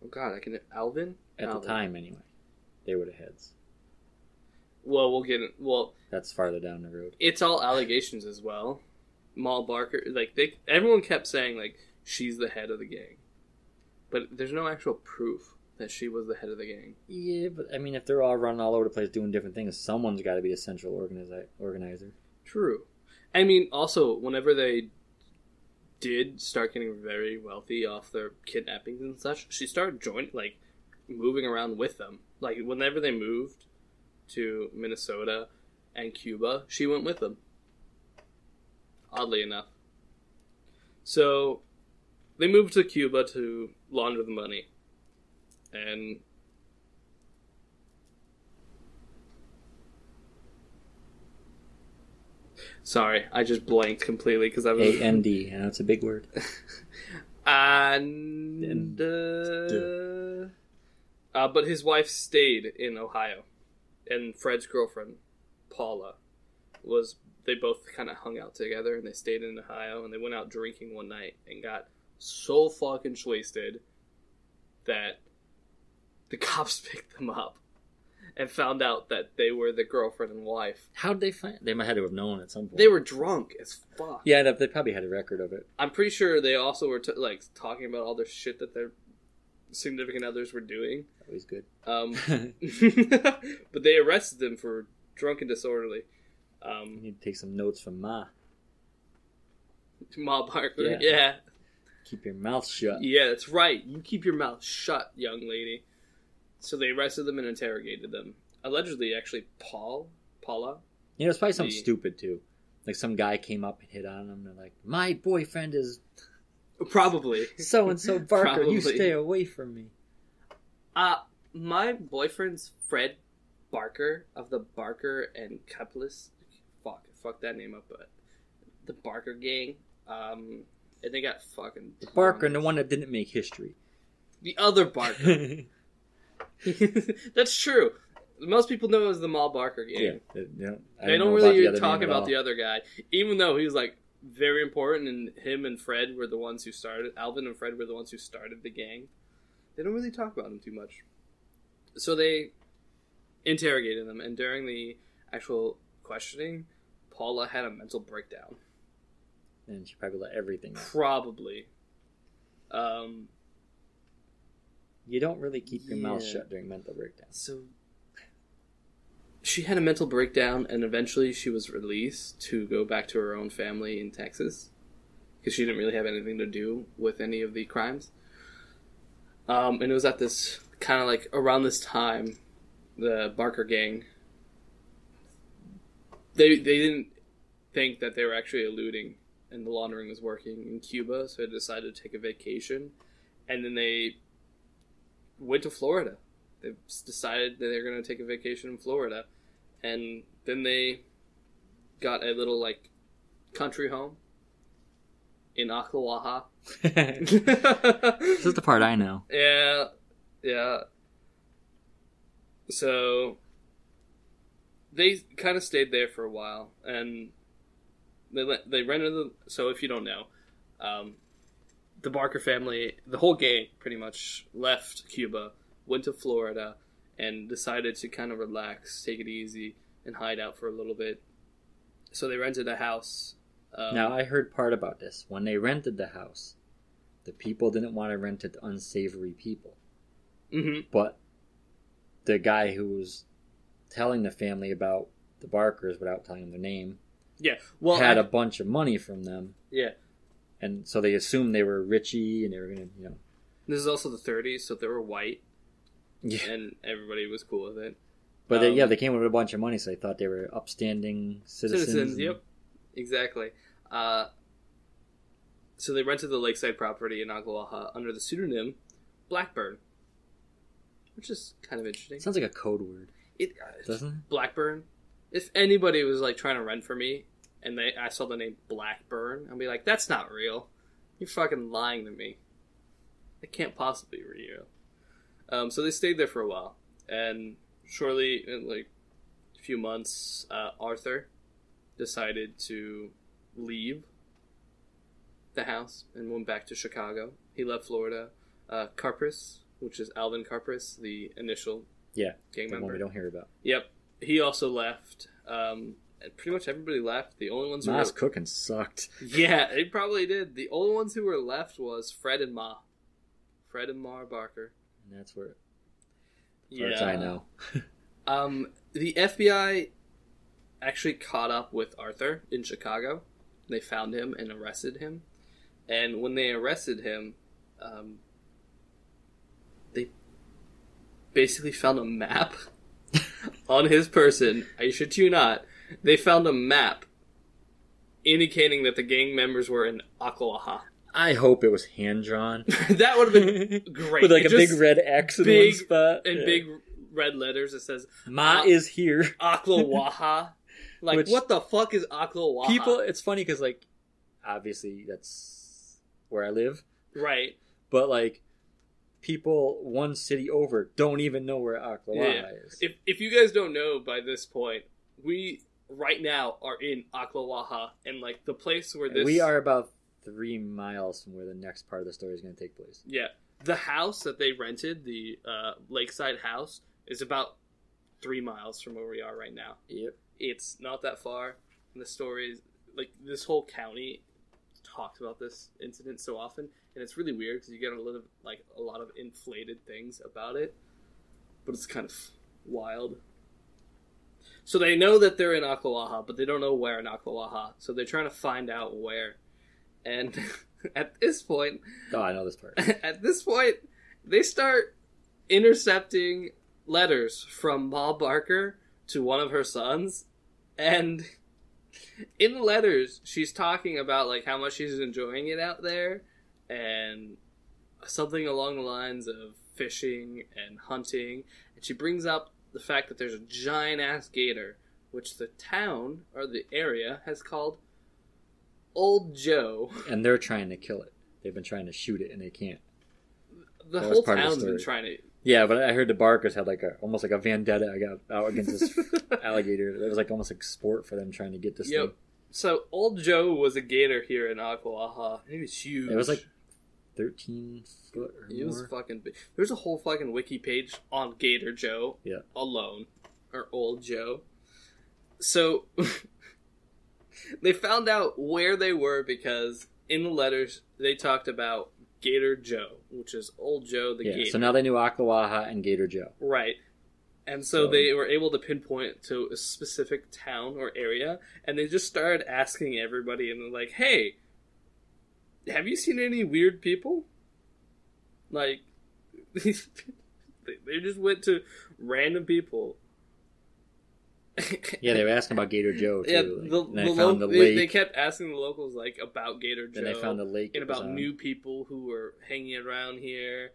Speaker 2: oh god, I can Alvin
Speaker 1: at the
Speaker 2: Alvin.
Speaker 1: time anyway. They were the heads.
Speaker 2: Well, we'll get well.
Speaker 1: That's farther down the road.
Speaker 2: It's all allegations as well. Maul Barker, like they, everyone kept saying like she's the head of the gang, but there's no actual proof that she was the head of the gang.
Speaker 1: Yeah, but I mean, if they're all running all over the place doing different things, someone's got to be a central organizi- organizer.
Speaker 2: True. I mean, also, whenever they did start getting very wealthy off their kidnappings and such, she started joining, like, moving around with them. Like, whenever they moved to Minnesota and Cuba, she went with them. Oddly enough. So, they moved to Cuba to launder the money. And sorry, I just blanked completely because I was
Speaker 1: A N D, and that's a big word.
Speaker 2: And uh, uh, but his wife stayed in Ohio, and Fred's girlfriend, Paula was they both kind of hung out together and they stayed in Ohio and they went out drinking one night and got so fucking wasted that the cops picked them up and found out that they were the girlfriend and wife.
Speaker 1: How'd they find? They might have to have known at some point.
Speaker 2: They were drunk as fuck.
Speaker 1: Yeah, they- they probably had a record of it.
Speaker 2: I'm pretty sure they also were t- like talking about all the shit that their significant others were doing.
Speaker 1: Always good.
Speaker 2: Um,
Speaker 1: you
Speaker 2: but they arrested them for drunk and disorderly. Um,
Speaker 1: need to take some notes from Ma.
Speaker 2: Ma Barker.
Speaker 1: Yeah.
Speaker 2: Yeah.
Speaker 1: Keep your mouth shut.
Speaker 2: Yeah, that's right. You keep your mouth shut, young lady. So they arrested them and interrogated them. Allegedly, actually, Paul, Paula.
Speaker 1: You know, it's probably something
Speaker 2: The-
Speaker 1: stupid too. Like some guy came up and hit on him. They're like, "My boyfriend is
Speaker 2: Probably.
Speaker 1: so and so Barker. You
Speaker 2: Probably.
Speaker 1: stay away from me."
Speaker 2: Uh, my boyfriend's Fred Barker of the Barker and Cutlass. Fuck, fuck that name up, but the Barker gang. Um, and they got fucking
Speaker 1: Barker, and the one that didn't make history.
Speaker 2: The other Barker.
Speaker 1: yeah,
Speaker 2: That's true. Most people know it as the Mal Barker gang.
Speaker 1: they- they don't, I
Speaker 2: They don't
Speaker 1: didn't know about
Speaker 2: really
Speaker 1: the
Speaker 2: even
Speaker 1: other
Speaker 2: talk
Speaker 1: name at
Speaker 2: about the
Speaker 1: all.
Speaker 2: other guy, even though he was like very important, and him and Fred were the ones who started. Alvin and Fred were the ones who started the gang. They don't really talk about him too much. So they interrogated them, and during the actual questioning, Paula had a mental breakdown.
Speaker 1: and she probably let everything. out.
Speaker 2: Probably. Um,
Speaker 1: You don't really keep your mouth
Speaker 2: Yeah.
Speaker 1: shut during mental breakdowns.
Speaker 2: So she had a mental breakdown, and eventually she was released to go back to her own family in Texas because she didn't really have anything to do with any of the crimes. Um, and it was at this kind of like around this time, the Barker gang. They they didn't think that they were actually eluding, and the laundering was working in Cuba, so they decided to take a vacation, and then they went to Florida they decided that they're going to take a vacation in Florida, and then they got a little like country home in Ocklawaha.
Speaker 1: this is the part I know.
Speaker 2: yeah, yeah. So they kind of stayed there for a while, and they le- they rented the. So if you don't know, um, the Barker family, the whole gang, pretty much left Cuba, went to Florida, and decided to kind of relax, take it easy, and hide out for a little bit. So they rented a house. Um,
Speaker 1: Now I heard part about this. When they rented the house, the people didn't want to rent it to unsavory people.
Speaker 2: mhm.
Speaker 1: But the guy who was telling the family about the Barkers without telling them their name
Speaker 2: yeah. Well,
Speaker 1: had
Speaker 2: I-
Speaker 1: a bunch of money from them,
Speaker 2: yeah.
Speaker 1: and so they assumed they were richie and they were gonna, you know,
Speaker 2: This is also the 30s, so they were white.
Speaker 1: yeah.
Speaker 2: and everybody was cool with it.
Speaker 1: But they,
Speaker 2: Um,
Speaker 1: yeah, they came with a bunch of money, so they thought they were upstanding citizens.
Speaker 2: Citizens,
Speaker 1: and-
Speaker 2: yep, exactly. Uh, so they rented the lakeside property in Oglala under the pseudonym Blackburn, which is kind of interesting.
Speaker 1: It sounds like a code word,
Speaker 2: It, uh,
Speaker 1: doesn't it?
Speaker 2: Blackburn. If anybody was like trying to rent for me, and they I saw the name Blackburn, I'd be like, "That's not real. You're fucking lying to me. It can't possibly be real." Um, so they stayed there for a while, and shortly, in like a few months, uh, Arthur decided to leave the house and went back to Chicago. He left Florida. Uh, Carpris, which is Alvin Carpris, the initial
Speaker 1: Yeah,
Speaker 2: gang
Speaker 1: The one
Speaker 2: member.
Speaker 1: we don't hear about.
Speaker 2: Yep. He also left. Um, and pretty much everybody left. The only ones who
Speaker 1: Ma's
Speaker 2: were,
Speaker 1: cooking sucked.
Speaker 2: yeah, they probably did. The only ones who were left was Fred and Ma, Fred and Ma Barker.
Speaker 1: And that's where, as far as I know.
Speaker 2: Um, the FBI actually caught up with Arthur in Chicago. They found him and arrested him. And when they arrested him, um, they basically found a map on his person. I should you not. They found a map indicating that the gang members were in Oklaha.
Speaker 1: I hope it was hand drawn.
Speaker 2: that would have been great.
Speaker 1: With like a
Speaker 2: Just
Speaker 1: big red X in
Speaker 2: big
Speaker 1: one spot.
Speaker 2: and
Speaker 1: Yeah.
Speaker 2: big red letters that says
Speaker 1: Ma
Speaker 2: Ah.
Speaker 1: is here.
Speaker 2: Oklawaha. Like,
Speaker 1: Which-
Speaker 2: what the fuck is Oklawaha?
Speaker 1: People, it's funny because like, obviously that's where I live,
Speaker 2: right?
Speaker 1: but like, people one city over don't even know where Oklahoma
Speaker 2: Yeah.
Speaker 1: is.
Speaker 2: If if you guys don't know by this point, we right now are in Aklawaha and like the place where this
Speaker 1: We are about three miles from where the next part of the story is going to take place.
Speaker 2: Yeah. The house that they rented, the uh, lakeside house, is about three miles from where we are right now.
Speaker 1: Yep.
Speaker 2: It's not that far. And the story is like this whole county talked about this incident so often. And it's really weird because you get a little, like, a lot of inflated things about it. But it's kind of wild. So they know that they're in Aklawaha, but they don't know where in Aklawaha. So they're trying to find out where. And at this point,
Speaker 1: Oh, I know this part.
Speaker 2: at this point, they start intercepting letters from Ma Barker to one of her sons, and in the letters, she's talking about like how much she's enjoying it out there, and something along the lines of fishing and hunting, and she brings up the fact that there's a giant ass gator, which the town or the area has called Old Joe.
Speaker 1: and they're trying to kill it. They've been trying to shoot it and they can't.
Speaker 2: The
Speaker 1: That was
Speaker 2: whole
Speaker 1: part of the
Speaker 2: town's been
Speaker 1: story.
Speaker 2: trying to
Speaker 1: Yeah, but I heard the Barkers had like a almost like a vendetta I got out against this alligator. It was like almost like sport for them trying to get this
Speaker 2: Yep. So old Joe was a gator here in Aquaha. He was huge.
Speaker 1: thing. It was like thirteen foot or
Speaker 2: it
Speaker 1: more.
Speaker 2: was fucking big. There's a whole fucking wiki page on Gator Joe.
Speaker 1: Yeah.
Speaker 2: Alone, or old Joe. So they found out where they were because in the letters they talked about Gator Joe, which is old Joe the
Speaker 1: yeah.
Speaker 2: gator.
Speaker 1: So now they knew Akawaha and Gator Joe.
Speaker 2: Right. And so
Speaker 1: So-
Speaker 2: they were able to pinpoint to a specific town or area, and they just started asking everybody, and they're like, hey, have you seen any weird people? Like, they they just went to random people.
Speaker 1: Yeah, they were asking about Gator Joe too.
Speaker 2: Yeah,
Speaker 1: like,
Speaker 2: the,
Speaker 1: and they
Speaker 2: the
Speaker 1: found
Speaker 2: lo-
Speaker 1: the
Speaker 2: they,
Speaker 1: lake.
Speaker 2: they kept asking the locals, like, about Gator Joe
Speaker 1: then they found the lake.
Speaker 2: and
Speaker 1: it was um,
Speaker 2: about
Speaker 1: on.
Speaker 2: new people who were hanging around here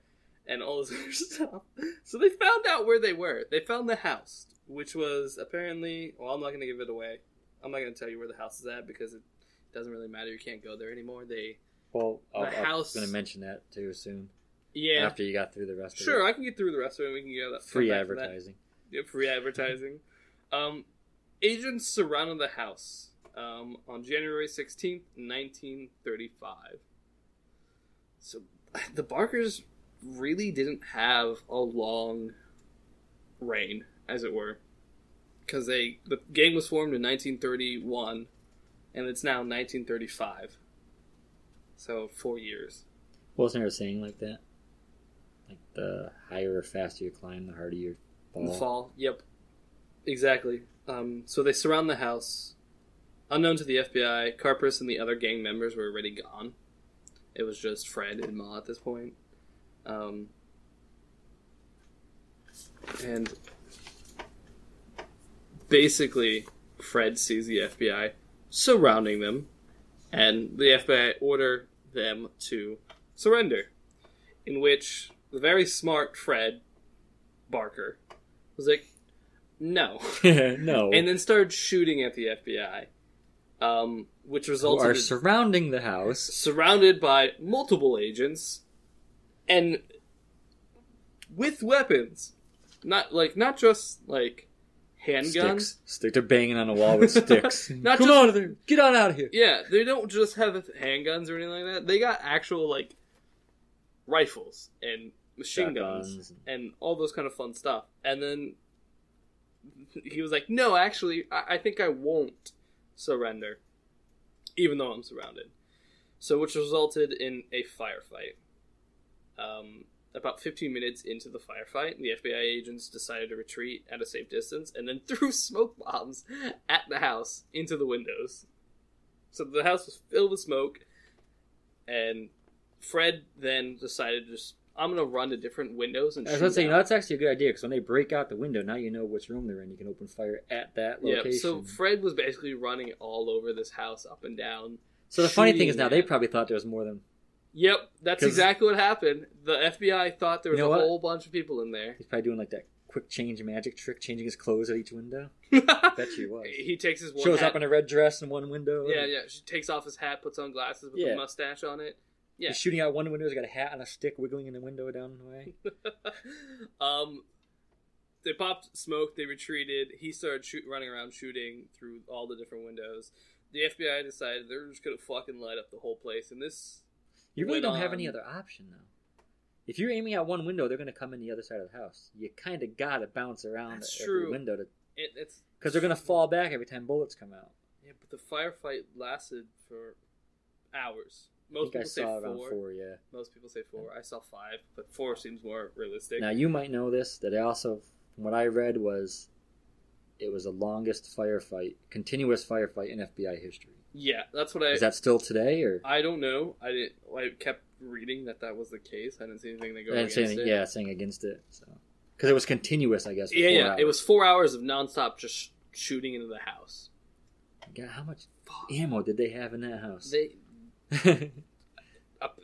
Speaker 2: and all this other stuff. So they found out where they were. They found the house, which was apparently. Well, I'm not going to give it away. I'm not going to tell you where the house is at because it doesn't really matter. You can't go there anymore. They.
Speaker 1: Well,
Speaker 2: the
Speaker 1: I'll- I'm
Speaker 2: house-
Speaker 1: going to mention that too soon.
Speaker 2: Yeah.
Speaker 1: After you got through the rest
Speaker 2: Sure,
Speaker 1: of
Speaker 2: I can get through the rest of it. We can get
Speaker 1: it.
Speaker 2: that
Speaker 1: free
Speaker 2: come back to that.
Speaker 1: advertising.
Speaker 2: Yeah, free advertising. um, agents surrounded the house um, on January 16th, 1935. So the Barkers really didn't have a long reign, as it were, because they the gang was formed in 1931, and it's now 1935. So four years.
Speaker 1: Wasn't there a saying like that? Like the higher or faster you climb, the harder you
Speaker 2: In
Speaker 1: fall.
Speaker 2: the fall. Yep. Exactly. Um, so they surround the house. Unknown to the FBI, Carpus and the other gang members were already gone. It was just Fred and Ma at this point. Um, and basically, Fred sees the FBI surrounding them, and the FBI order them to surrender. In which the very smart Fred Barker was like, no.
Speaker 1: Oh. no.
Speaker 2: And then started shooting at the FBI, um, which
Speaker 1: who
Speaker 2: resulted
Speaker 1: are
Speaker 2: in
Speaker 1: surrounding the house.
Speaker 2: surrounded by multiple agents and with weapons. Not like not just like handguns.
Speaker 1: Sticks. Stick. They're banging on the wall with sticks.
Speaker 2: Not
Speaker 1: Come
Speaker 2: just-
Speaker 1: on, there. Get on out of here.
Speaker 2: Yeah, they don't just have handguns or anything like that. They got actual like rifles and machine guns
Speaker 1: Shotguns.
Speaker 2: and all those kind of fun stuff. And then he was like, "No, actually, I, I think I won't surrender, even though I'm surrounded." So, which resulted in a firefight. Um, about 15 minutes into the firefight, the FBI agents decided to retreat at a safe distance and then threw smoke bombs at the house into the windows. So the house was filled with smoke, and Fred then decided just I'm gonna run to different windows and
Speaker 1: I was
Speaker 2: shoot
Speaker 1: about to say, you
Speaker 2: out."
Speaker 1: know, that's actually a good idea because when they break out the window, now you know which room they're in. You can open fire at that location.
Speaker 2: Yeah, so Fred was basically running all over this house, up and down.
Speaker 1: So the funny thing
Speaker 2: shooting
Speaker 1: is now they
Speaker 2: at-
Speaker 1: probably thought there was more than.
Speaker 2: Yep, that's
Speaker 1: 'Cause-
Speaker 2: exactly what happened. The FBI thought there was
Speaker 1: You know
Speaker 2: a
Speaker 1: what?
Speaker 2: whole bunch of people in there.
Speaker 1: He's probably doing like that quick change magic trick, changing his clothes at each window. Bet you he was.
Speaker 2: He takes his one
Speaker 1: Shows
Speaker 2: hat.
Speaker 1: up in a red dress in one window.
Speaker 2: yeah, yeah. She takes off his hat, puts on glasses with
Speaker 1: Yeah.
Speaker 2: a mustache on it. yeah.
Speaker 1: He's shooting out one window. He's got a hat and a stick wiggling in the window down the way.
Speaker 2: um, they popped smoke. They retreated. He started shoot, running around shooting through all the different windows. The FBI decided they're just gonna fucking light up the whole place, and this
Speaker 1: You really
Speaker 2: Went
Speaker 1: don't have
Speaker 2: on.
Speaker 1: any other option though. If you're aiming at one window, they're going to come in the other side of the house. You kind of got to bounce around
Speaker 2: That's
Speaker 1: every
Speaker 2: true.
Speaker 1: window to
Speaker 2: it, it's
Speaker 1: because they're going to fall back every time bullets come out.
Speaker 2: Yeah, but the firefight lasted for hours.
Speaker 1: I
Speaker 2: Most
Speaker 1: think I
Speaker 2: people say
Speaker 1: saw
Speaker 2: four.
Speaker 1: around four. Yeah.
Speaker 2: Most people say four. I saw five, but four seems more realistic.
Speaker 1: Now you might know this that I also, from what I read, was it was the longest firefight, continuous firefight in FBI history.
Speaker 2: Yeah, that's what I.
Speaker 1: Is that still today or?
Speaker 2: I don't know. I didn't. I kept reading that that was the case. I didn't see anything that go
Speaker 1: I didn't
Speaker 2: against
Speaker 1: say anything,
Speaker 2: it.
Speaker 1: yeah, saying against it. So because it was continuous, I guess. for
Speaker 2: yeah,
Speaker 1: four
Speaker 2: yeah. It
Speaker 1: hours.
Speaker 2: was four hours of nonstop just sh- shooting into the house.
Speaker 1: God, how much
Speaker 2: Fuck.
Speaker 1: ammo did they have in that house?
Speaker 2: They. up-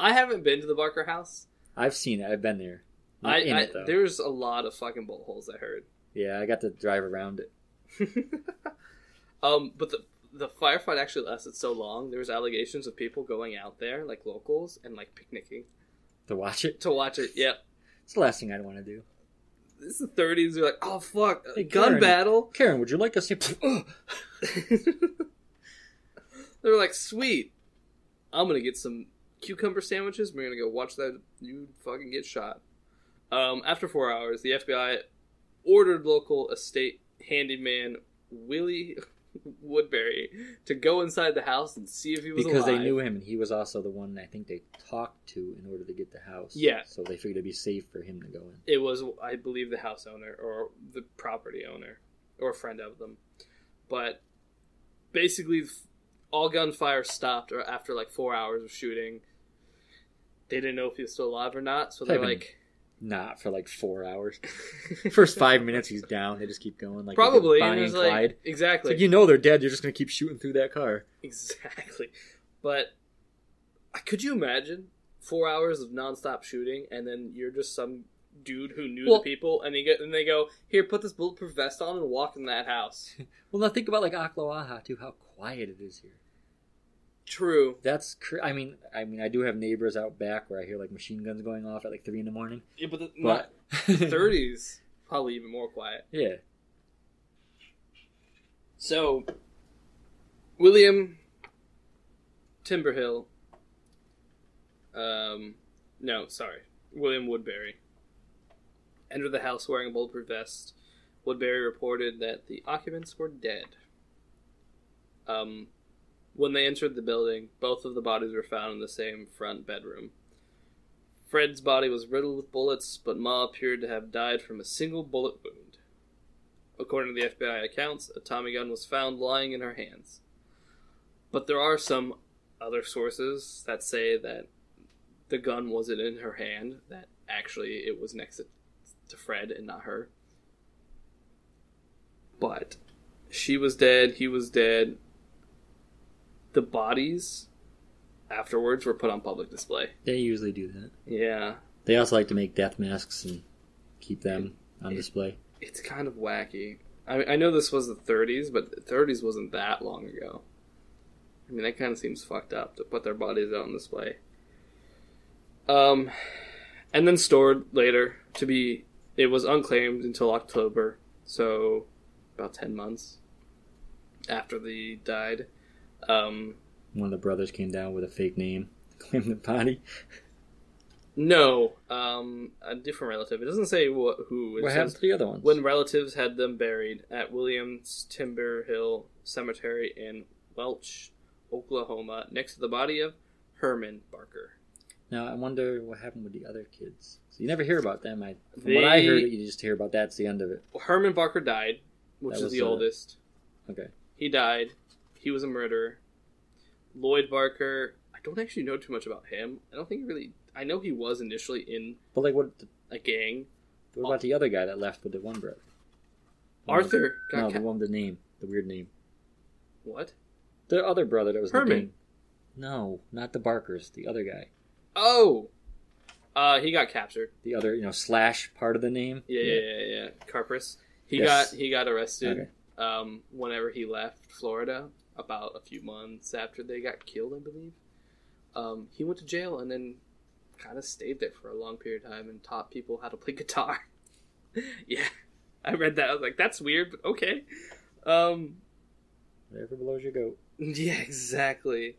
Speaker 2: I haven't been to the Barker house.
Speaker 1: I've seen it. I've been there. Not
Speaker 2: I,
Speaker 1: in
Speaker 2: I
Speaker 1: it, though.
Speaker 2: there's a lot of fucking bullet holes. I heard.
Speaker 1: Yeah, I got to drive around it.
Speaker 2: um, but the the firefight actually lasted so long. There was allegations of people going out there, like locals, and like picnicking
Speaker 1: to watch it.
Speaker 2: to watch it. Yep,
Speaker 1: It's the last thing I'd want to do.
Speaker 2: this is the 30s. They're like, oh fuck, a
Speaker 1: Hey,
Speaker 2: gun
Speaker 1: Karen.
Speaker 2: battle.
Speaker 1: Karen, would you like us to?
Speaker 2: They're like, sweet, I'm gonna get some cucumber sandwiches. We're gonna go watch that you fucking get shot. Um, after four hours, the FBI ordered local estate handyman Willie Woodbury to go inside the house and see if he was
Speaker 1: because they
Speaker 2: alive.
Speaker 1: knew him, and he was also the one I think they talked to in order to get the house.
Speaker 2: Yeah.
Speaker 1: So they figured it'd be safe for him to go in.
Speaker 2: it was i believe the house owner or the property owner or a friend of them but basically f- all gunfire stopped or after like four hours of shooting they didn't know if he was still alive or not so they're
Speaker 1: Kevin.
Speaker 2: like
Speaker 1: Not for like four hours. First five minutes, he's down. They just keep going. Like they did
Speaker 2: probably and
Speaker 1: Bonnie
Speaker 2: it
Speaker 1: and
Speaker 2: was like
Speaker 1: Clyde. It's
Speaker 2: exactly
Speaker 1: like, you know they're dead. You're just gonna keep shooting through that car.
Speaker 2: exactly but uh, could you imagine four hours of nonstop shooting and then you're just some dude who knew
Speaker 1: Well-
Speaker 2: the people and they get and they go here put this bulletproof vest on and walk in that house
Speaker 1: Well, now think about like Aklawaha too. How quiet it is here.
Speaker 2: true
Speaker 1: That's cr- I mean I mean I do have neighbors out back where I hear like machine guns going off at like three in the morning.
Speaker 2: Yeah, but the,
Speaker 1: But
Speaker 2: thirties probably even more quiet.
Speaker 1: yeah,
Speaker 2: So William Timberhill um no, sorry. William Woodbury entered the house wearing a bulletproof vest. Woodbury reported that the occupants were dead. Um when they entered the building, both of the bodies were found in the same front bedroom. Fred's body was riddled with bullets, but Ma appeared to have died from a single bullet wound. According to the FBI accounts, a Tommy gun was found lying in her hands. But there are some other sources that say that the gun wasn't in her hand, that actually it was next to- to Fred and not her. But she was dead, he was dead. The bodies afterwards were put on public display.
Speaker 1: they usually do that.
Speaker 2: Yeah.
Speaker 1: They also like to make death masks and keep them on display.
Speaker 2: it's kind of wacky. I I know this was the 30s, but the 30s wasn't that long ago. I mean, that kind of seems fucked up to put their bodies out on display. Um, and then stored later to be. It was unclaimed until October, so about 10 months after they died. Um,
Speaker 1: One of the brothers came down with a fake name, claimed the body.
Speaker 2: no, um, a different relative. It doesn't say what, who. It
Speaker 1: What
Speaker 2: says-
Speaker 1: happened to the other ones?
Speaker 2: when relatives had them buried at Williams Timber Hill Cemetery in Welch, Oklahoma, next to the body of Herman Barker.
Speaker 1: now I wonder what happened with the other kids. So you never hear about them. I, from what I heard,
Speaker 2: They-
Speaker 1: you just hear about that's the end of it.
Speaker 2: Well, Herman Barker died, which
Speaker 1: That
Speaker 2: is
Speaker 1: was
Speaker 2: the
Speaker 1: the-
Speaker 2: oldest.
Speaker 1: Okay.
Speaker 2: He died. He was a murderer. Lloyd Barker, I don't actually know too much about him. I don't think he really. I know he was initially in
Speaker 1: But like, what
Speaker 2: a gang.
Speaker 1: what about the other guy that left with the one brother?
Speaker 2: Arthur got
Speaker 1: No,
Speaker 2: ca-
Speaker 1: the one with the name, the weird name.
Speaker 2: What?
Speaker 1: The other brother that was in the
Speaker 2: Herman.
Speaker 1: gang. No, not the Barkers. The other guy.
Speaker 2: Oh! Uh, he got captured.
Speaker 1: The other, you know, slash part of the name.
Speaker 2: Yeah, yeah, yeah, yeah. yeah. Carpus. He
Speaker 1: Yes.
Speaker 2: got he got arrested.
Speaker 1: Okay.
Speaker 2: um, whenever he left Florida, about a few months after they got killed, I believe. Um, he went to jail and then kind of stayed there for a long period of time and taught people how to play guitar. yeah, I read that. I was like, that's weird, but okay. Um,
Speaker 1: Whatever blows your goat.
Speaker 2: yeah, exactly.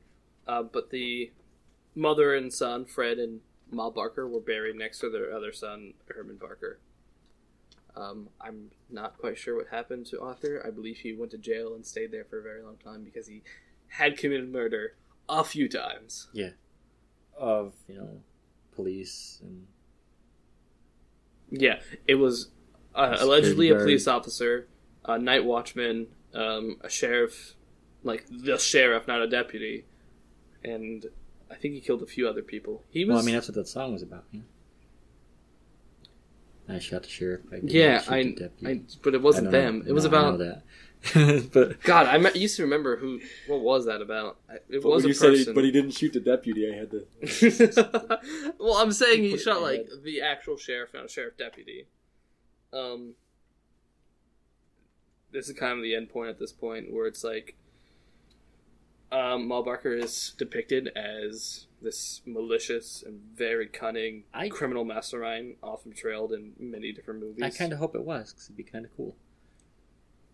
Speaker 2: Uh, but the mother and son, Fred and Ma Barker, were buried next to their other son, Herman Barker. Um, I'm not quite sure what happened to Arthur. I believe he went to jail and stayed there for a very long time because he had committed murder a few times.
Speaker 1: Of you know, police and
Speaker 2: Yeah, it was uh,
Speaker 1: Security
Speaker 2: allegedly a
Speaker 1: guard.
Speaker 2: police officer, a night watchman, um, a sheriff, like the sheriff, not a deputy, and I think he killed a few other people. He was.
Speaker 1: well, I mean that's what that song was about. Yeah. I shot the sheriff. I did
Speaker 2: yeah,
Speaker 1: not shoot
Speaker 2: I,
Speaker 1: the deputy.
Speaker 2: I, but it wasn't
Speaker 1: I don't
Speaker 2: them.
Speaker 1: know-
Speaker 2: It was
Speaker 1: no, I know
Speaker 2: about
Speaker 1: that. but
Speaker 2: God. I me- used to remember who. What was that about? I- It
Speaker 3: But
Speaker 2: was
Speaker 3: when
Speaker 2: a
Speaker 3: you
Speaker 2: person.
Speaker 3: said he, but he didn't shoot the deputy, I had to.
Speaker 2: well, I'm saying
Speaker 1: Put
Speaker 2: he
Speaker 1: it
Speaker 2: shot
Speaker 1: in my
Speaker 2: like the actual sheriff, not a sheriff deputy. Um, this is kind of the end point at this point where it's like, um, Mal Barker is depicted as this malicious and very cunning
Speaker 1: I-
Speaker 2: criminal mastermind, often trailed in many different movies.
Speaker 1: I kind of hope it was because it'd be kind of cool.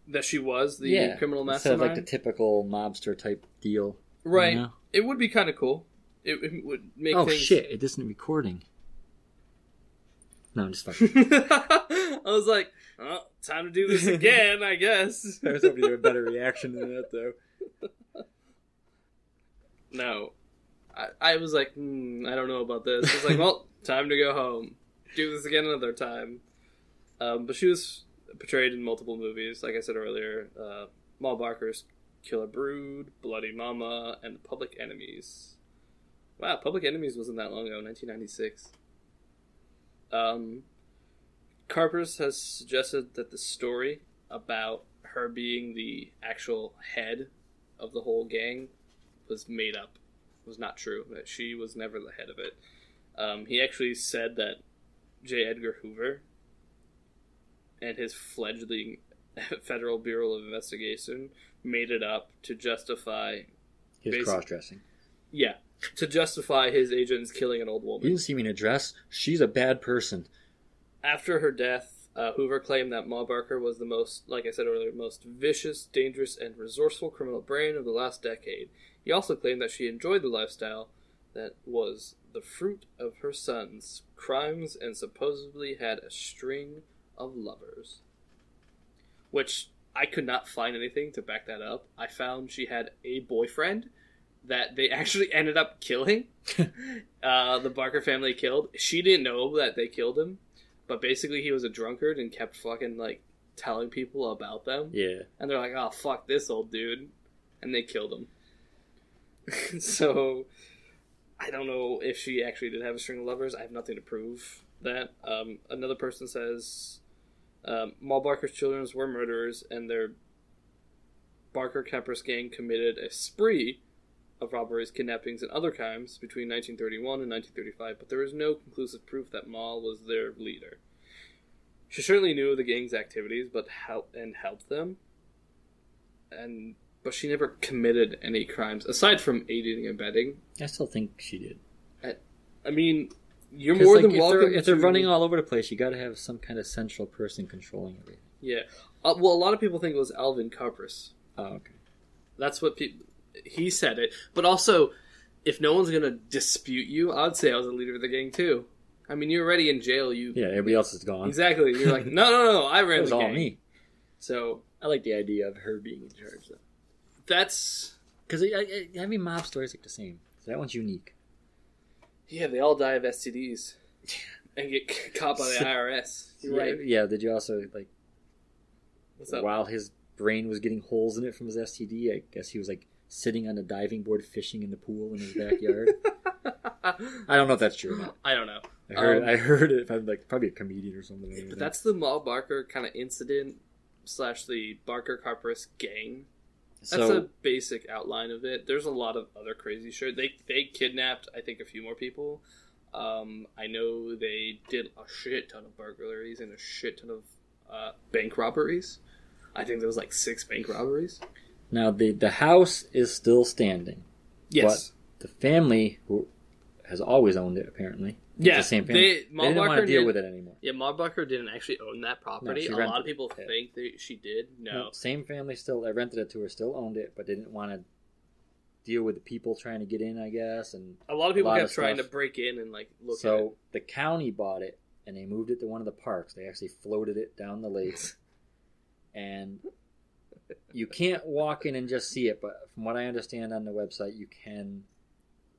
Speaker 2: that she was the
Speaker 1: yeah,
Speaker 2: criminal
Speaker 1: instead of
Speaker 2: mastermind,
Speaker 1: like the typical mobster type deal. you
Speaker 2: right?
Speaker 1: know?
Speaker 2: It would be kind of cool. It, it would make
Speaker 1: Oh
Speaker 2: things...
Speaker 1: shit! It isn't recording. No, I'm just fucking.
Speaker 2: I was like, oh, time to do this again, I guess.
Speaker 3: I was hoping you had a better reaction than that, though.
Speaker 2: No. I, I was like, hmm, I don't know about this. It's like, well, time to go home. Do this again another time. Um, but she was portrayed in multiple movies. Like I said earlier, uh, Mal Barker's Killer Brood, Bloody Mama, and Public Enemies. Wow, Public Enemies wasn't that long ago, 1996. Um, Carpers has suggested that the story about her being the actual head of the whole gang was made up, was not true, that she was never the head of it. Um, he actually said that J. Edgar Hoover and his fledgling Federal Bureau of Investigation made it up to justify,
Speaker 1: He's
Speaker 2: Basi-
Speaker 1: cross dressing.
Speaker 2: yeah, to justify his agents killing an old
Speaker 1: You
Speaker 2: woman.
Speaker 1: didn't see me in a dress. She's a bad person.
Speaker 2: After her death, uh, Hoover claimed that Ma Barker was the most, like I said earlier, most vicious, dangerous, and resourceful criminal brain of the last decade. He also claimed that she enjoyed the lifestyle that was the fruit of her son's crimes and supposedly had a string of lovers. Which I could not find anything to back that up. I found she had a boyfriend that they actually ended up killing. uh, the Barker family killed. She didn't know that they killed him, but basically he was a drunkard and kept fucking like telling people about them.
Speaker 1: Yeah,
Speaker 2: And they're like, oh, fuck this old dude. And they killed him. so, I don't know if she actually did have a string of lovers. I have nothing to prove that. Um, another person says um, Mal Barker's children were murderers, and their Barker Kepper's gang committed a spree of robberies, kidnappings, and other crimes between 1931 and 1935, but there is no conclusive proof that Mal was their leader. She certainly knew of the gang's activities, but help and helped them, and but she never committed any crimes aside from aiding and abetting.
Speaker 1: I still think she did.
Speaker 2: I mean, you're
Speaker 1: 'Cause,
Speaker 2: more
Speaker 1: like,
Speaker 2: than
Speaker 1: if
Speaker 2: welcome.
Speaker 1: They're, if they're
Speaker 2: to-
Speaker 1: running all over the place, you got to have some kind of central person controlling everything.
Speaker 2: yeah. Uh, well, a lot of people think it was Alvin Carpus.
Speaker 1: Oh, okay.
Speaker 2: That's what people. He said it, but also, if no one's gonna dispute you, I'd say I was the leader of the gang too. I mean, you're already in jail. You
Speaker 1: Yeah, everybody else is gone.
Speaker 2: exactly. You're like, no, no, no. I
Speaker 1: It
Speaker 2: ran
Speaker 1: was
Speaker 2: the
Speaker 1: all
Speaker 2: gang.
Speaker 1: me.
Speaker 2: So
Speaker 1: I like the idea of her being in charge, though.
Speaker 2: that's
Speaker 1: Because I, I, I mean, mob stories like the same. So that one's unique.
Speaker 2: yeah. They all die of STDs and get c- caught by the IRS. You're right.
Speaker 1: Yeah. Did you also like
Speaker 2: What's up?
Speaker 1: while his brain was getting holes in it from his STD? I guess he was like sitting on a diving board fishing in the pool in his backyard. I don't know if that's true or not.
Speaker 2: I don't know.
Speaker 1: I heard
Speaker 2: Um,
Speaker 1: I heard it from like probably a comedian or something. like
Speaker 2: But
Speaker 1: that.
Speaker 2: that's the Mal Barker kind of incident slash the Barker Carpus gang. That's
Speaker 1: so.
Speaker 2: a basic outline of it. There's a lot of other crazy shit. They they kidnapped I think a few more people. Um, I know they did a shit ton of burglaries and a shit ton of uh, bank robberies. I think there was like six bank robberies.
Speaker 1: now the the house is still standing.
Speaker 2: Yes.
Speaker 1: The family who has always owned it apparently. It's
Speaker 2: Yeah,
Speaker 1: the same family.
Speaker 2: they,
Speaker 1: they didn't want to deal
Speaker 2: did,
Speaker 1: with it anymore.
Speaker 2: Yeah, Maubacher didn't actually own that property.
Speaker 1: she
Speaker 2: a lot
Speaker 1: rented
Speaker 2: of people
Speaker 1: it.
Speaker 2: think that she did. No,
Speaker 1: Same family still they rented it to her, still owned it, but didn't want to deal with the people trying to get in, I guess. And
Speaker 2: a lot of people
Speaker 1: lot
Speaker 2: kept
Speaker 1: of
Speaker 2: trying
Speaker 1: stuff.
Speaker 2: to break in and like look at it.
Speaker 1: so the county bought it and they moved it to one of the parks. They actually floated it down the lake. and you can't walk in and just see it, but from what I understand on the website, you can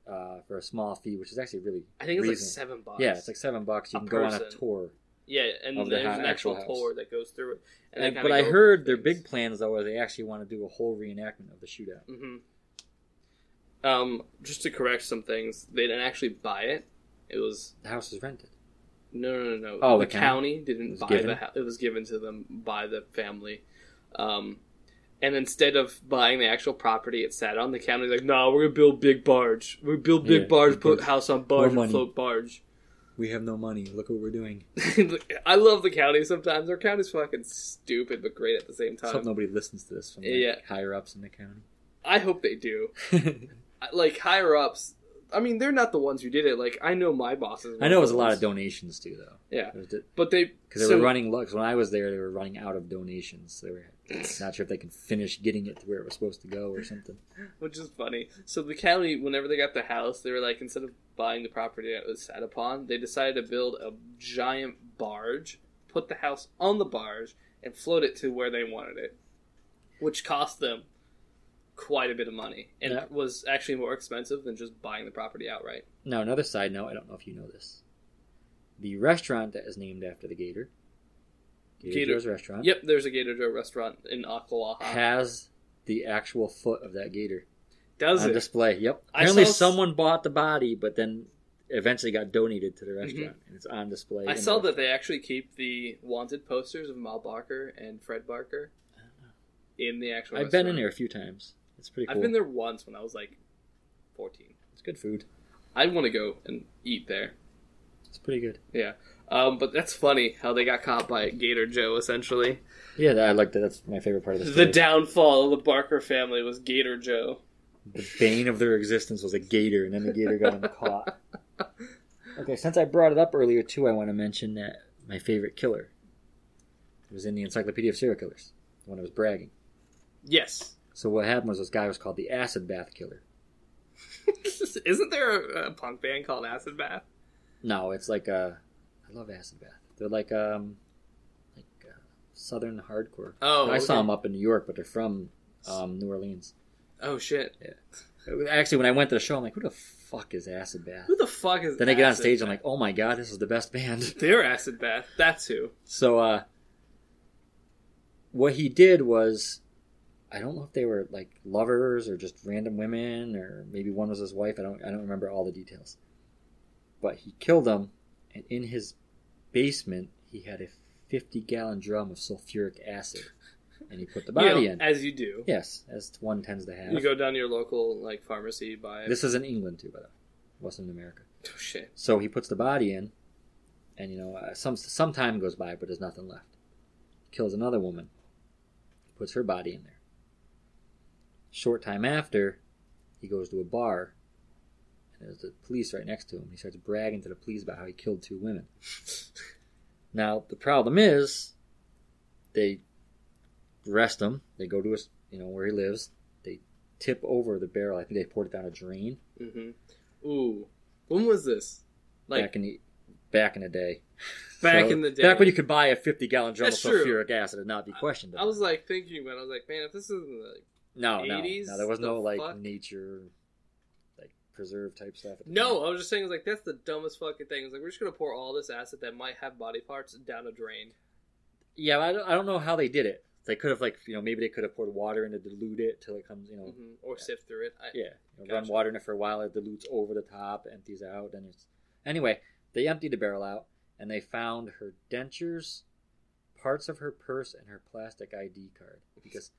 Speaker 1: uh, for a small fee, which is actually really
Speaker 2: I think it's like
Speaker 1: reasonable.
Speaker 2: seven bucks.
Speaker 1: Yeah, it's like seven bucks. You
Speaker 2: A
Speaker 1: can go on a
Speaker 2: person.
Speaker 1: tour.
Speaker 2: yeah, and
Speaker 1: of the
Speaker 2: there's
Speaker 1: house-
Speaker 2: an actual,
Speaker 1: actual house.
Speaker 2: tour that goes through it. And
Speaker 1: And- but I heard their big plans though are they actually want to do a whole reenactment of the shootout.
Speaker 2: Mm-hmm. Um, just to correct some things, they didn't actually buy it. It was
Speaker 1: The house is rented.
Speaker 2: No, no, no, no.
Speaker 1: Oh,
Speaker 2: the
Speaker 1: the county?
Speaker 2: county, didn't
Speaker 1: was
Speaker 2: buy
Speaker 1: given?
Speaker 2: the house. It was given to them by the family. Um, and instead of buying the actual property it sat on, the county's like, no, we're going to build big barge. We build big
Speaker 1: Yeah,
Speaker 2: barge,
Speaker 1: big
Speaker 2: put
Speaker 1: barge.
Speaker 2: house on
Speaker 1: More
Speaker 2: barge, and
Speaker 1: money."
Speaker 2: float barge.
Speaker 1: We have no money. Look what we're doing.
Speaker 2: I love the county sometimes. Our county's fucking stupid, but great at the same
Speaker 1: I hope
Speaker 2: time.
Speaker 1: nobody listens to this from the
Speaker 2: Uh, Yeah.
Speaker 1: higher ups in the county.
Speaker 2: I hope they do. I- Like, higher ups. I mean, they're not the ones who did it. Like, I know my bosses.
Speaker 1: I know it was a lot of donations too, though.
Speaker 2: Yeah.
Speaker 1: because
Speaker 2: But they.
Speaker 1: they
Speaker 2: so-
Speaker 1: were running low. 'cause when I was there, they were running out of donations. They were not sure if they could finish getting it to where it was supposed to go or something.
Speaker 2: which is funny. So the county, whenever they got the house, they were like, instead of buying the property that it was sat upon, they decided to build a giant barge, put the house on the barge, and float it to where they wanted it, which cost them quite a bit of money, and
Speaker 1: Yeah.
Speaker 2: it was actually more expensive than just buying the property outright.
Speaker 1: Now, another side note. I don't know if you know this. The restaurant that is named after the Gator, Gator,
Speaker 2: Gator-
Speaker 1: Joe's restaurant,
Speaker 2: Yep, there's a Gator Joe restaurant in Ocklawaha.
Speaker 1: has the actual foot of that gator
Speaker 2: Does
Speaker 1: on
Speaker 2: it?
Speaker 1: display. Yep.
Speaker 2: I
Speaker 1: Apparently,
Speaker 2: saw s-
Speaker 1: someone bought the body, but then eventually got donated to the restaurant, and it's on display.
Speaker 2: Mm-hmm. I
Speaker 1: in
Speaker 2: saw
Speaker 1: the
Speaker 2: that they actually keep the wanted posters of Mal Barker and Fred Barker in the actual.
Speaker 1: I've been in
Speaker 2: restaurant.
Speaker 1: there a few times. It's pretty cool.
Speaker 2: I've been there once when I was like 14.
Speaker 1: It's good food.
Speaker 2: I want to go and eat there.
Speaker 1: It's pretty good.
Speaker 2: Yeah. Um, but that's funny how they got caught by Gator Joe, essentially.
Speaker 1: Yeah, that- I like that. That's my favorite part of the
Speaker 2: The
Speaker 1: story.
Speaker 2: downfall of the Barker family was Gator Joe.
Speaker 1: the bane of their existence was a gator, and then the gator got them caught. Okay, since I brought it up earlier too, I want to mention that my favorite killer was in the Encyclopedia of Serial Killers, the one I was bragging.
Speaker 2: Yes.
Speaker 1: So what happened was this guy was called the Acid Bath Killer.
Speaker 2: Isn't there a, a punk band called Acid Bath?
Speaker 1: No, it's like uh, I love acid bath. They're like um, like uh, southern hardcore.
Speaker 2: Oh,
Speaker 1: I saw
Speaker 2: okay.
Speaker 1: them up in New York, but they're from um, New Orleans.
Speaker 2: Oh, shit.
Speaker 1: Actually, when I went to the show, I'm like, who the fuck is acid bath?
Speaker 2: Who the fuck is
Speaker 1: Then I get on
Speaker 2: Acid
Speaker 1: stage, I'm
Speaker 2: Bath?
Speaker 1: like, oh my god, this is the best band.
Speaker 2: They're Acid Bath. That's who.
Speaker 1: So uh, what he did was, I don't know if they were like lovers or just random women, or maybe one was his wife. I don't I don't remember all the details. But he killed them, and in his basement he had a fifty gallon drum of sulfuric acid, and he put the body
Speaker 2: You know,
Speaker 1: in.
Speaker 2: As you do.
Speaker 1: yes, as one tends to have.
Speaker 2: You go down to your local like pharmacy, buy it.
Speaker 1: this is in England too, by the way, wasn't in America.
Speaker 2: Oh, shit.
Speaker 1: So he puts the body in, and you know, uh, some some time goes by, but there's nothing left. Kills another woman, puts her body in there. Short time after, he goes to a bar, and there's the police right next to him. He starts bragging to the police about how he killed two women. Now the problem is, they arrest him. They go to his, you know, where he lives. They tip over the barrel. I think they poured it down a drain
Speaker 2: Mm-hmm. Ooh. When was this? Like,
Speaker 1: back in the back in the day.
Speaker 2: Back in the day.
Speaker 1: Back when you could buy a fifty gallon drum
Speaker 2: That's
Speaker 1: of
Speaker 2: true.
Speaker 1: sulfuric acid and not be questioned.
Speaker 2: I was like thinking, but I was like, man, if this isn't like,
Speaker 1: no, no,
Speaker 2: 80s?
Speaker 1: no. There was no
Speaker 2: The
Speaker 1: like
Speaker 2: fuck?
Speaker 1: nature, like preserve type stuff. at the
Speaker 2: no,
Speaker 1: time.
Speaker 2: I was just saying, I was like, that's the dumbest fucking thing. It's like we're just gonna pour all this acid that might have body parts down a drain.
Speaker 1: yeah, I don't, I don't know how they did it. They could have like you know maybe they could have poured water in to dilute it till it comes you know
Speaker 2: hmm or sift through it. I,
Speaker 1: Oh. yeah you know, run
Speaker 2: Gotcha.
Speaker 1: water in it for a while it dilutes over the top empties out and it's anyway they emptied the barrel out and they found her dentures, parts of her purse and her plastic ID card because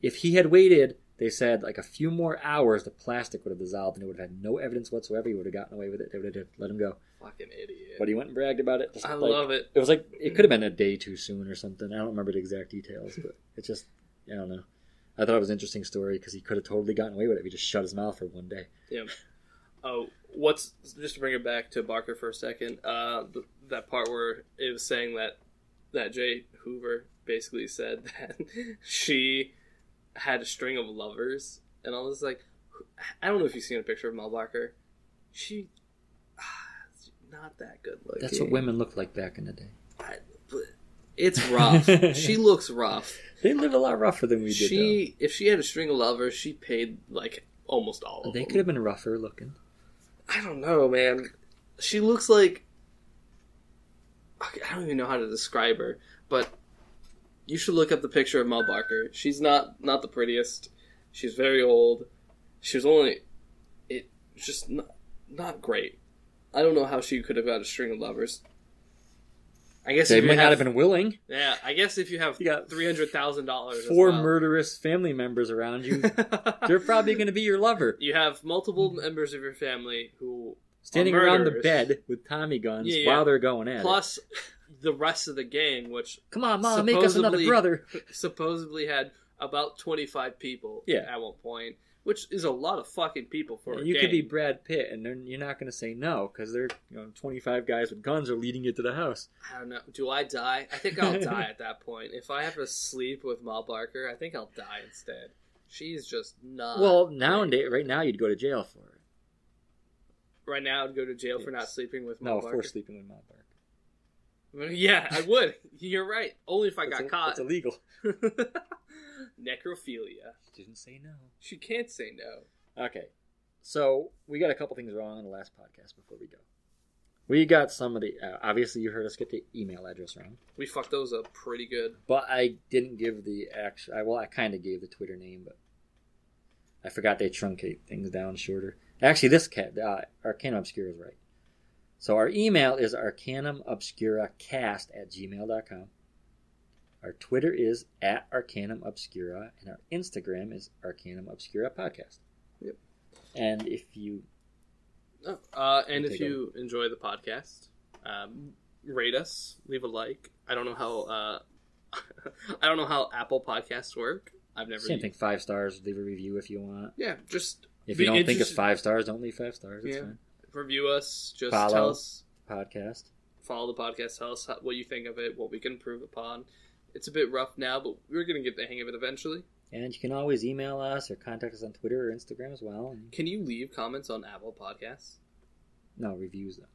Speaker 1: if he had waited they said like a few more hours the plastic would have dissolved and it would have had no evidence whatsoever he would have gotten away with it they would have let him go
Speaker 2: Fucking idiot.
Speaker 1: but he went and bragged about it just
Speaker 2: I
Speaker 1: like-
Speaker 2: love it.
Speaker 1: it was like it could have been a day too soon or something. I don't remember the exact details, but it just I don't know. I thought it was an interesting story because he could have totally gotten away with it if he just shut his mouth for one day.
Speaker 2: Oh, what's just to bring it back to Barker for a second? Uh, th- that part where it was saying that that Jay Hoover basically said that she had a string of lovers, and I was like, I don't know if you've seen a picture of Mel Barker. She, ah, not that good looking.
Speaker 1: That's what women looked like back in the day.
Speaker 2: I- but it's rough. she looks rough.
Speaker 1: They lived a lot rougher than we did.
Speaker 2: She, if she had a string of lovers, she paid like almost all
Speaker 1: though.
Speaker 2: of
Speaker 1: They
Speaker 2: them.
Speaker 1: could have been rougher looking.
Speaker 2: I don't know, man. She looks like I don't even know how to describe her, but you should look up the picture of Mel Barker. She's not not the prettiest. She's very old. She was only it just not, not great. I don't know how she could have got a string of lovers. I guess
Speaker 1: They
Speaker 2: if you
Speaker 1: may not have
Speaker 2: have-
Speaker 1: been willing.
Speaker 2: Yeah, I guess if you have
Speaker 1: You got
Speaker 2: three hundred thousand dollars,
Speaker 1: Four murderous family members around you. They're probably going to be your lover,
Speaker 2: You have multiple members of your family who
Speaker 1: standing around the
Speaker 2: murderers.
Speaker 1: bed with Tommy guns
Speaker 2: Yeah, yeah.
Speaker 1: while they're going at it.
Speaker 2: plus the rest of the gang, which
Speaker 1: Come on, mom, make us another
Speaker 2: supposedly-
Speaker 1: brother.
Speaker 2: supposedly had about 25 people
Speaker 1: Yeah.
Speaker 2: at one point, which is a lot of fucking people for a
Speaker 1: you
Speaker 2: gang.
Speaker 1: could be Brad Pitt, and then you're not going to say no because they're you know 25 guys with guns are leading you to the house.
Speaker 2: I don't know. Do I die? I think I'll die at that point. If I have to sleep with Mal Barker, I think I'll die instead. She's just not.
Speaker 1: well, nowadays, right now, you'd go to jail for it.
Speaker 2: right now I'd go to jail for not
Speaker 1: Yes.
Speaker 2: sleeping with Mal
Speaker 1: No,
Speaker 2: Barker.
Speaker 1: for sleeping with Mom Barker.
Speaker 2: Yeah, I would. You're right. Only if I
Speaker 1: That's
Speaker 2: got
Speaker 1: a-
Speaker 2: caught.
Speaker 1: That's illegal.
Speaker 2: Necrophilia.
Speaker 1: She didn't say no.
Speaker 2: She can't say no.
Speaker 1: Okay, so we got a couple things wrong in the last podcast before we go. We got some of the uh, obviously you heard us get the email address wrong,
Speaker 2: We fucked those up pretty good.
Speaker 1: but I didn't give the actual. I, well, I kind of gave the Twitter name, but I forgot they truncate things down shorter. Actually, this cat uh, Arcanum Obscura is right. So our email is arcanumobscuracast at gmail.com. Our Twitter is at Arcanum Obscura, and our Instagram is Arcanum Obscura Podcast.
Speaker 2: Yep.
Speaker 1: And if you
Speaker 2: Oh, Uh, and
Speaker 1: Okay,
Speaker 2: if
Speaker 1: go.
Speaker 2: you enjoy the podcast, um, rate us, leave a like. I don't know how uh, I don't know how Apple Podcasts work. I've never
Speaker 1: same
Speaker 2: used-
Speaker 1: thing, five stars, leave a review if you want.
Speaker 2: Yeah, just
Speaker 1: If
Speaker 2: Be
Speaker 1: you don't think it's
Speaker 2: interested-
Speaker 1: five stars, don't leave five stars. It's
Speaker 2: Yeah.
Speaker 1: fine.
Speaker 2: review us. Just
Speaker 1: Follow.
Speaker 2: tell us,
Speaker 1: Podcast.
Speaker 2: follow the podcast. Tell us how, what you think of it, what we can improve upon. It's a bit rough now, but we're gonna get the hang of it eventually.
Speaker 1: And you can always email us or contact us on Twitter or Instagram as well. And
Speaker 2: Can you leave comments on Apple Podcasts?
Speaker 1: No, reviews though.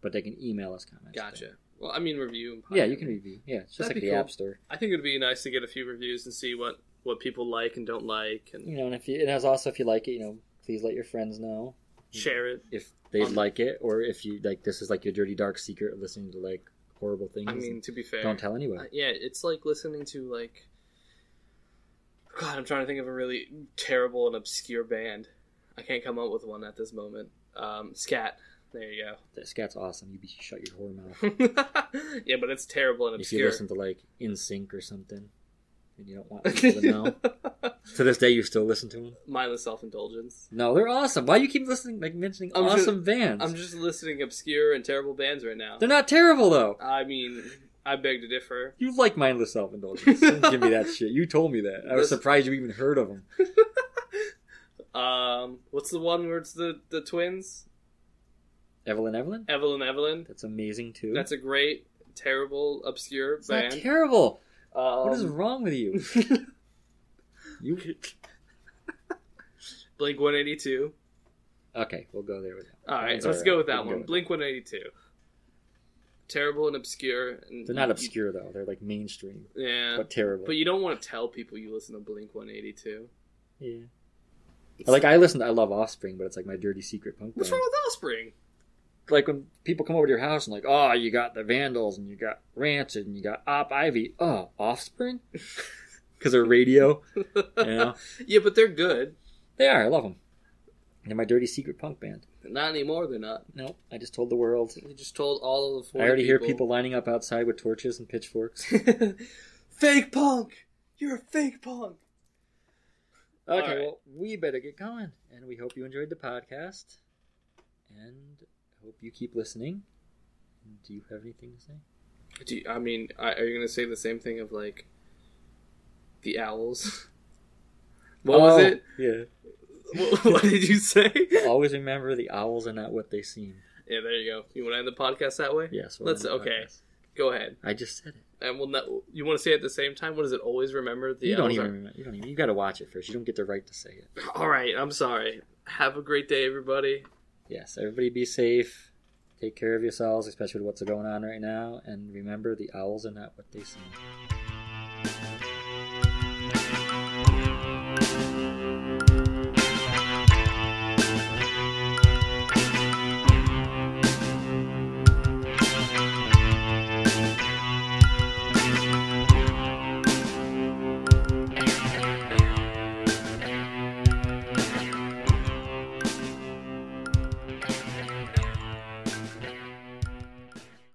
Speaker 1: But they can email us comments.
Speaker 2: Gotcha. Well, I mean review. And
Speaker 1: Yeah, you can review. Yeah, it's just
Speaker 2: That'd
Speaker 1: like
Speaker 2: be
Speaker 1: the
Speaker 2: cool.
Speaker 1: App Store.
Speaker 2: I think it'd be nice to get a few reviews and see what what people like and don't like, and
Speaker 1: You know, and if you, and as also if you like it, you know, please let your friends know
Speaker 2: share it.
Speaker 1: if they
Speaker 2: Um,
Speaker 1: like it or if you like this is like your dirty dark secret of listening to like horrible things.
Speaker 2: I mean, to be fair,
Speaker 1: don't tell anyone.
Speaker 2: Uh, yeah, it's like listening to like God, I'm trying to think of a really terrible and obscure band. I can't come up with one at this moment. Um, scat. There you
Speaker 1: That scat's awesome. You be shut your whore mouth.
Speaker 2: go. yeah, but it's terrible and
Speaker 1: if you
Speaker 2: obscure.
Speaker 1: listen to like In Sync or something, and you don't want people to know. to this day, you still listen to them.
Speaker 2: Mindless self-indulgence.
Speaker 1: No, they're awesome. Why do you keep listening, like mentioning
Speaker 2: I'm just-
Speaker 1: awesome bands?
Speaker 2: I'm just listening obscure and terrible bands right now.
Speaker 1: They're not terrible though.
Speaker 2: I mean, I beg to differ.
Speaker 1: You like mindless self indulgence. Don't give me that shit. You told me that. I was
Speaker 2: Listen-
Speaker 1: surprised you even heard of them.
Speaker 2: Um, what's the one where it's the the twins,
Speaker 1: Evelyn Evelyn?
Speaker 2: Evelyn, Evelyn?
Speaker 1: That's amazing too.
Speaker 2: That's a great, terrible, obscure
Speaker 1: it's not
Speaker 2: band.
Speaker 1: terrible.
Speaker 2: um,
Speaker 1: what is wrong with you? you
Speaker 2: Blink 182.
Speaker 1: Okay, we'll go there with that.
Speaker 2: All right,
Speaker 1: That's
Speaker 2: let's
Speaker 1: all
Speaker 2: go
Speaker 1: right.
Speaker 2: with
Speaker 1: We
Speaker 2: that
Speaker 1: can
Speaker 2: one.
Speaker 1: go with
Speaker 2: Blink 182. Terrible and obscure. And
Speaker 1: They're not obscure though. They're like mainstream.
Speaker 2: Yeah.
Speaker 1: But terrible.
Speaker 2: But you don't want to tell people you listen to Blink 182.
Speaker 1: yeah. Like I listen to I love Offspring, but it's like my dirty secret punk
Speaker 2: What's
Speaker 1: band.
Speaker 2: wrong with Offspring?
Speaker 1: like when people come over to your house and like, oh, you got the Vandals and you got Rancid and you got Op Ivy, oh, Offspring, because they're radio. You know?
Speaker 2: Yeah, but they're good.
Speaker 1: they are. I love them. They're my dirty secret punk band.
Speaker 2: Not anymore, they're not.
Speaker 1: Nope, I just told the world.
Speaker 2: You just told all of the
Speaker 1: I
Speaker 2: four
Speaker 1: already hear people lining up outside with torches and pitchforks.
Speaker 2: people. fake punk! You're a fake punk! All
Speaker 1: Okay,
Speaker 2: right.
Speaker 1: well, we better get going, and we hope you enjoyed the podcast, and hope you keep listening. Do you have anything to say?
Speaker 2: Do you, I mean, I- are you going to say the same thing of like the owls? What was
Speaker 1: Oh,
Speaker 2: it?
Speaker 1: Yeah.
Speaker 2: what, what did you say? yeah,
Speaker 1: Always remember the owls are not what they seem.
Speaker 2: there you go. You want to end the podcast that way?
Speaker 1: Yes.
Speaker 2: Let's- okay. Go ahead.
Speaker 1: I just said it.
Speaker 2: And we'll. Not, you want to say it at the same time? What does it always remember? The
Speaker 1: you don't
Speaker 2: owls
Speaker 1: even.
Speaker 2: are-
Speaker 1: Remember, you don't even. You got to watch it first. You don't get the right to say it.
Speaker 2: All right. I'm sorry. Have a great day, everybody.
Speaker 1: Yes. Everybody, be safe. Take care of yourselves, especially with what's going on right now. And remember, the owls are not what they seem.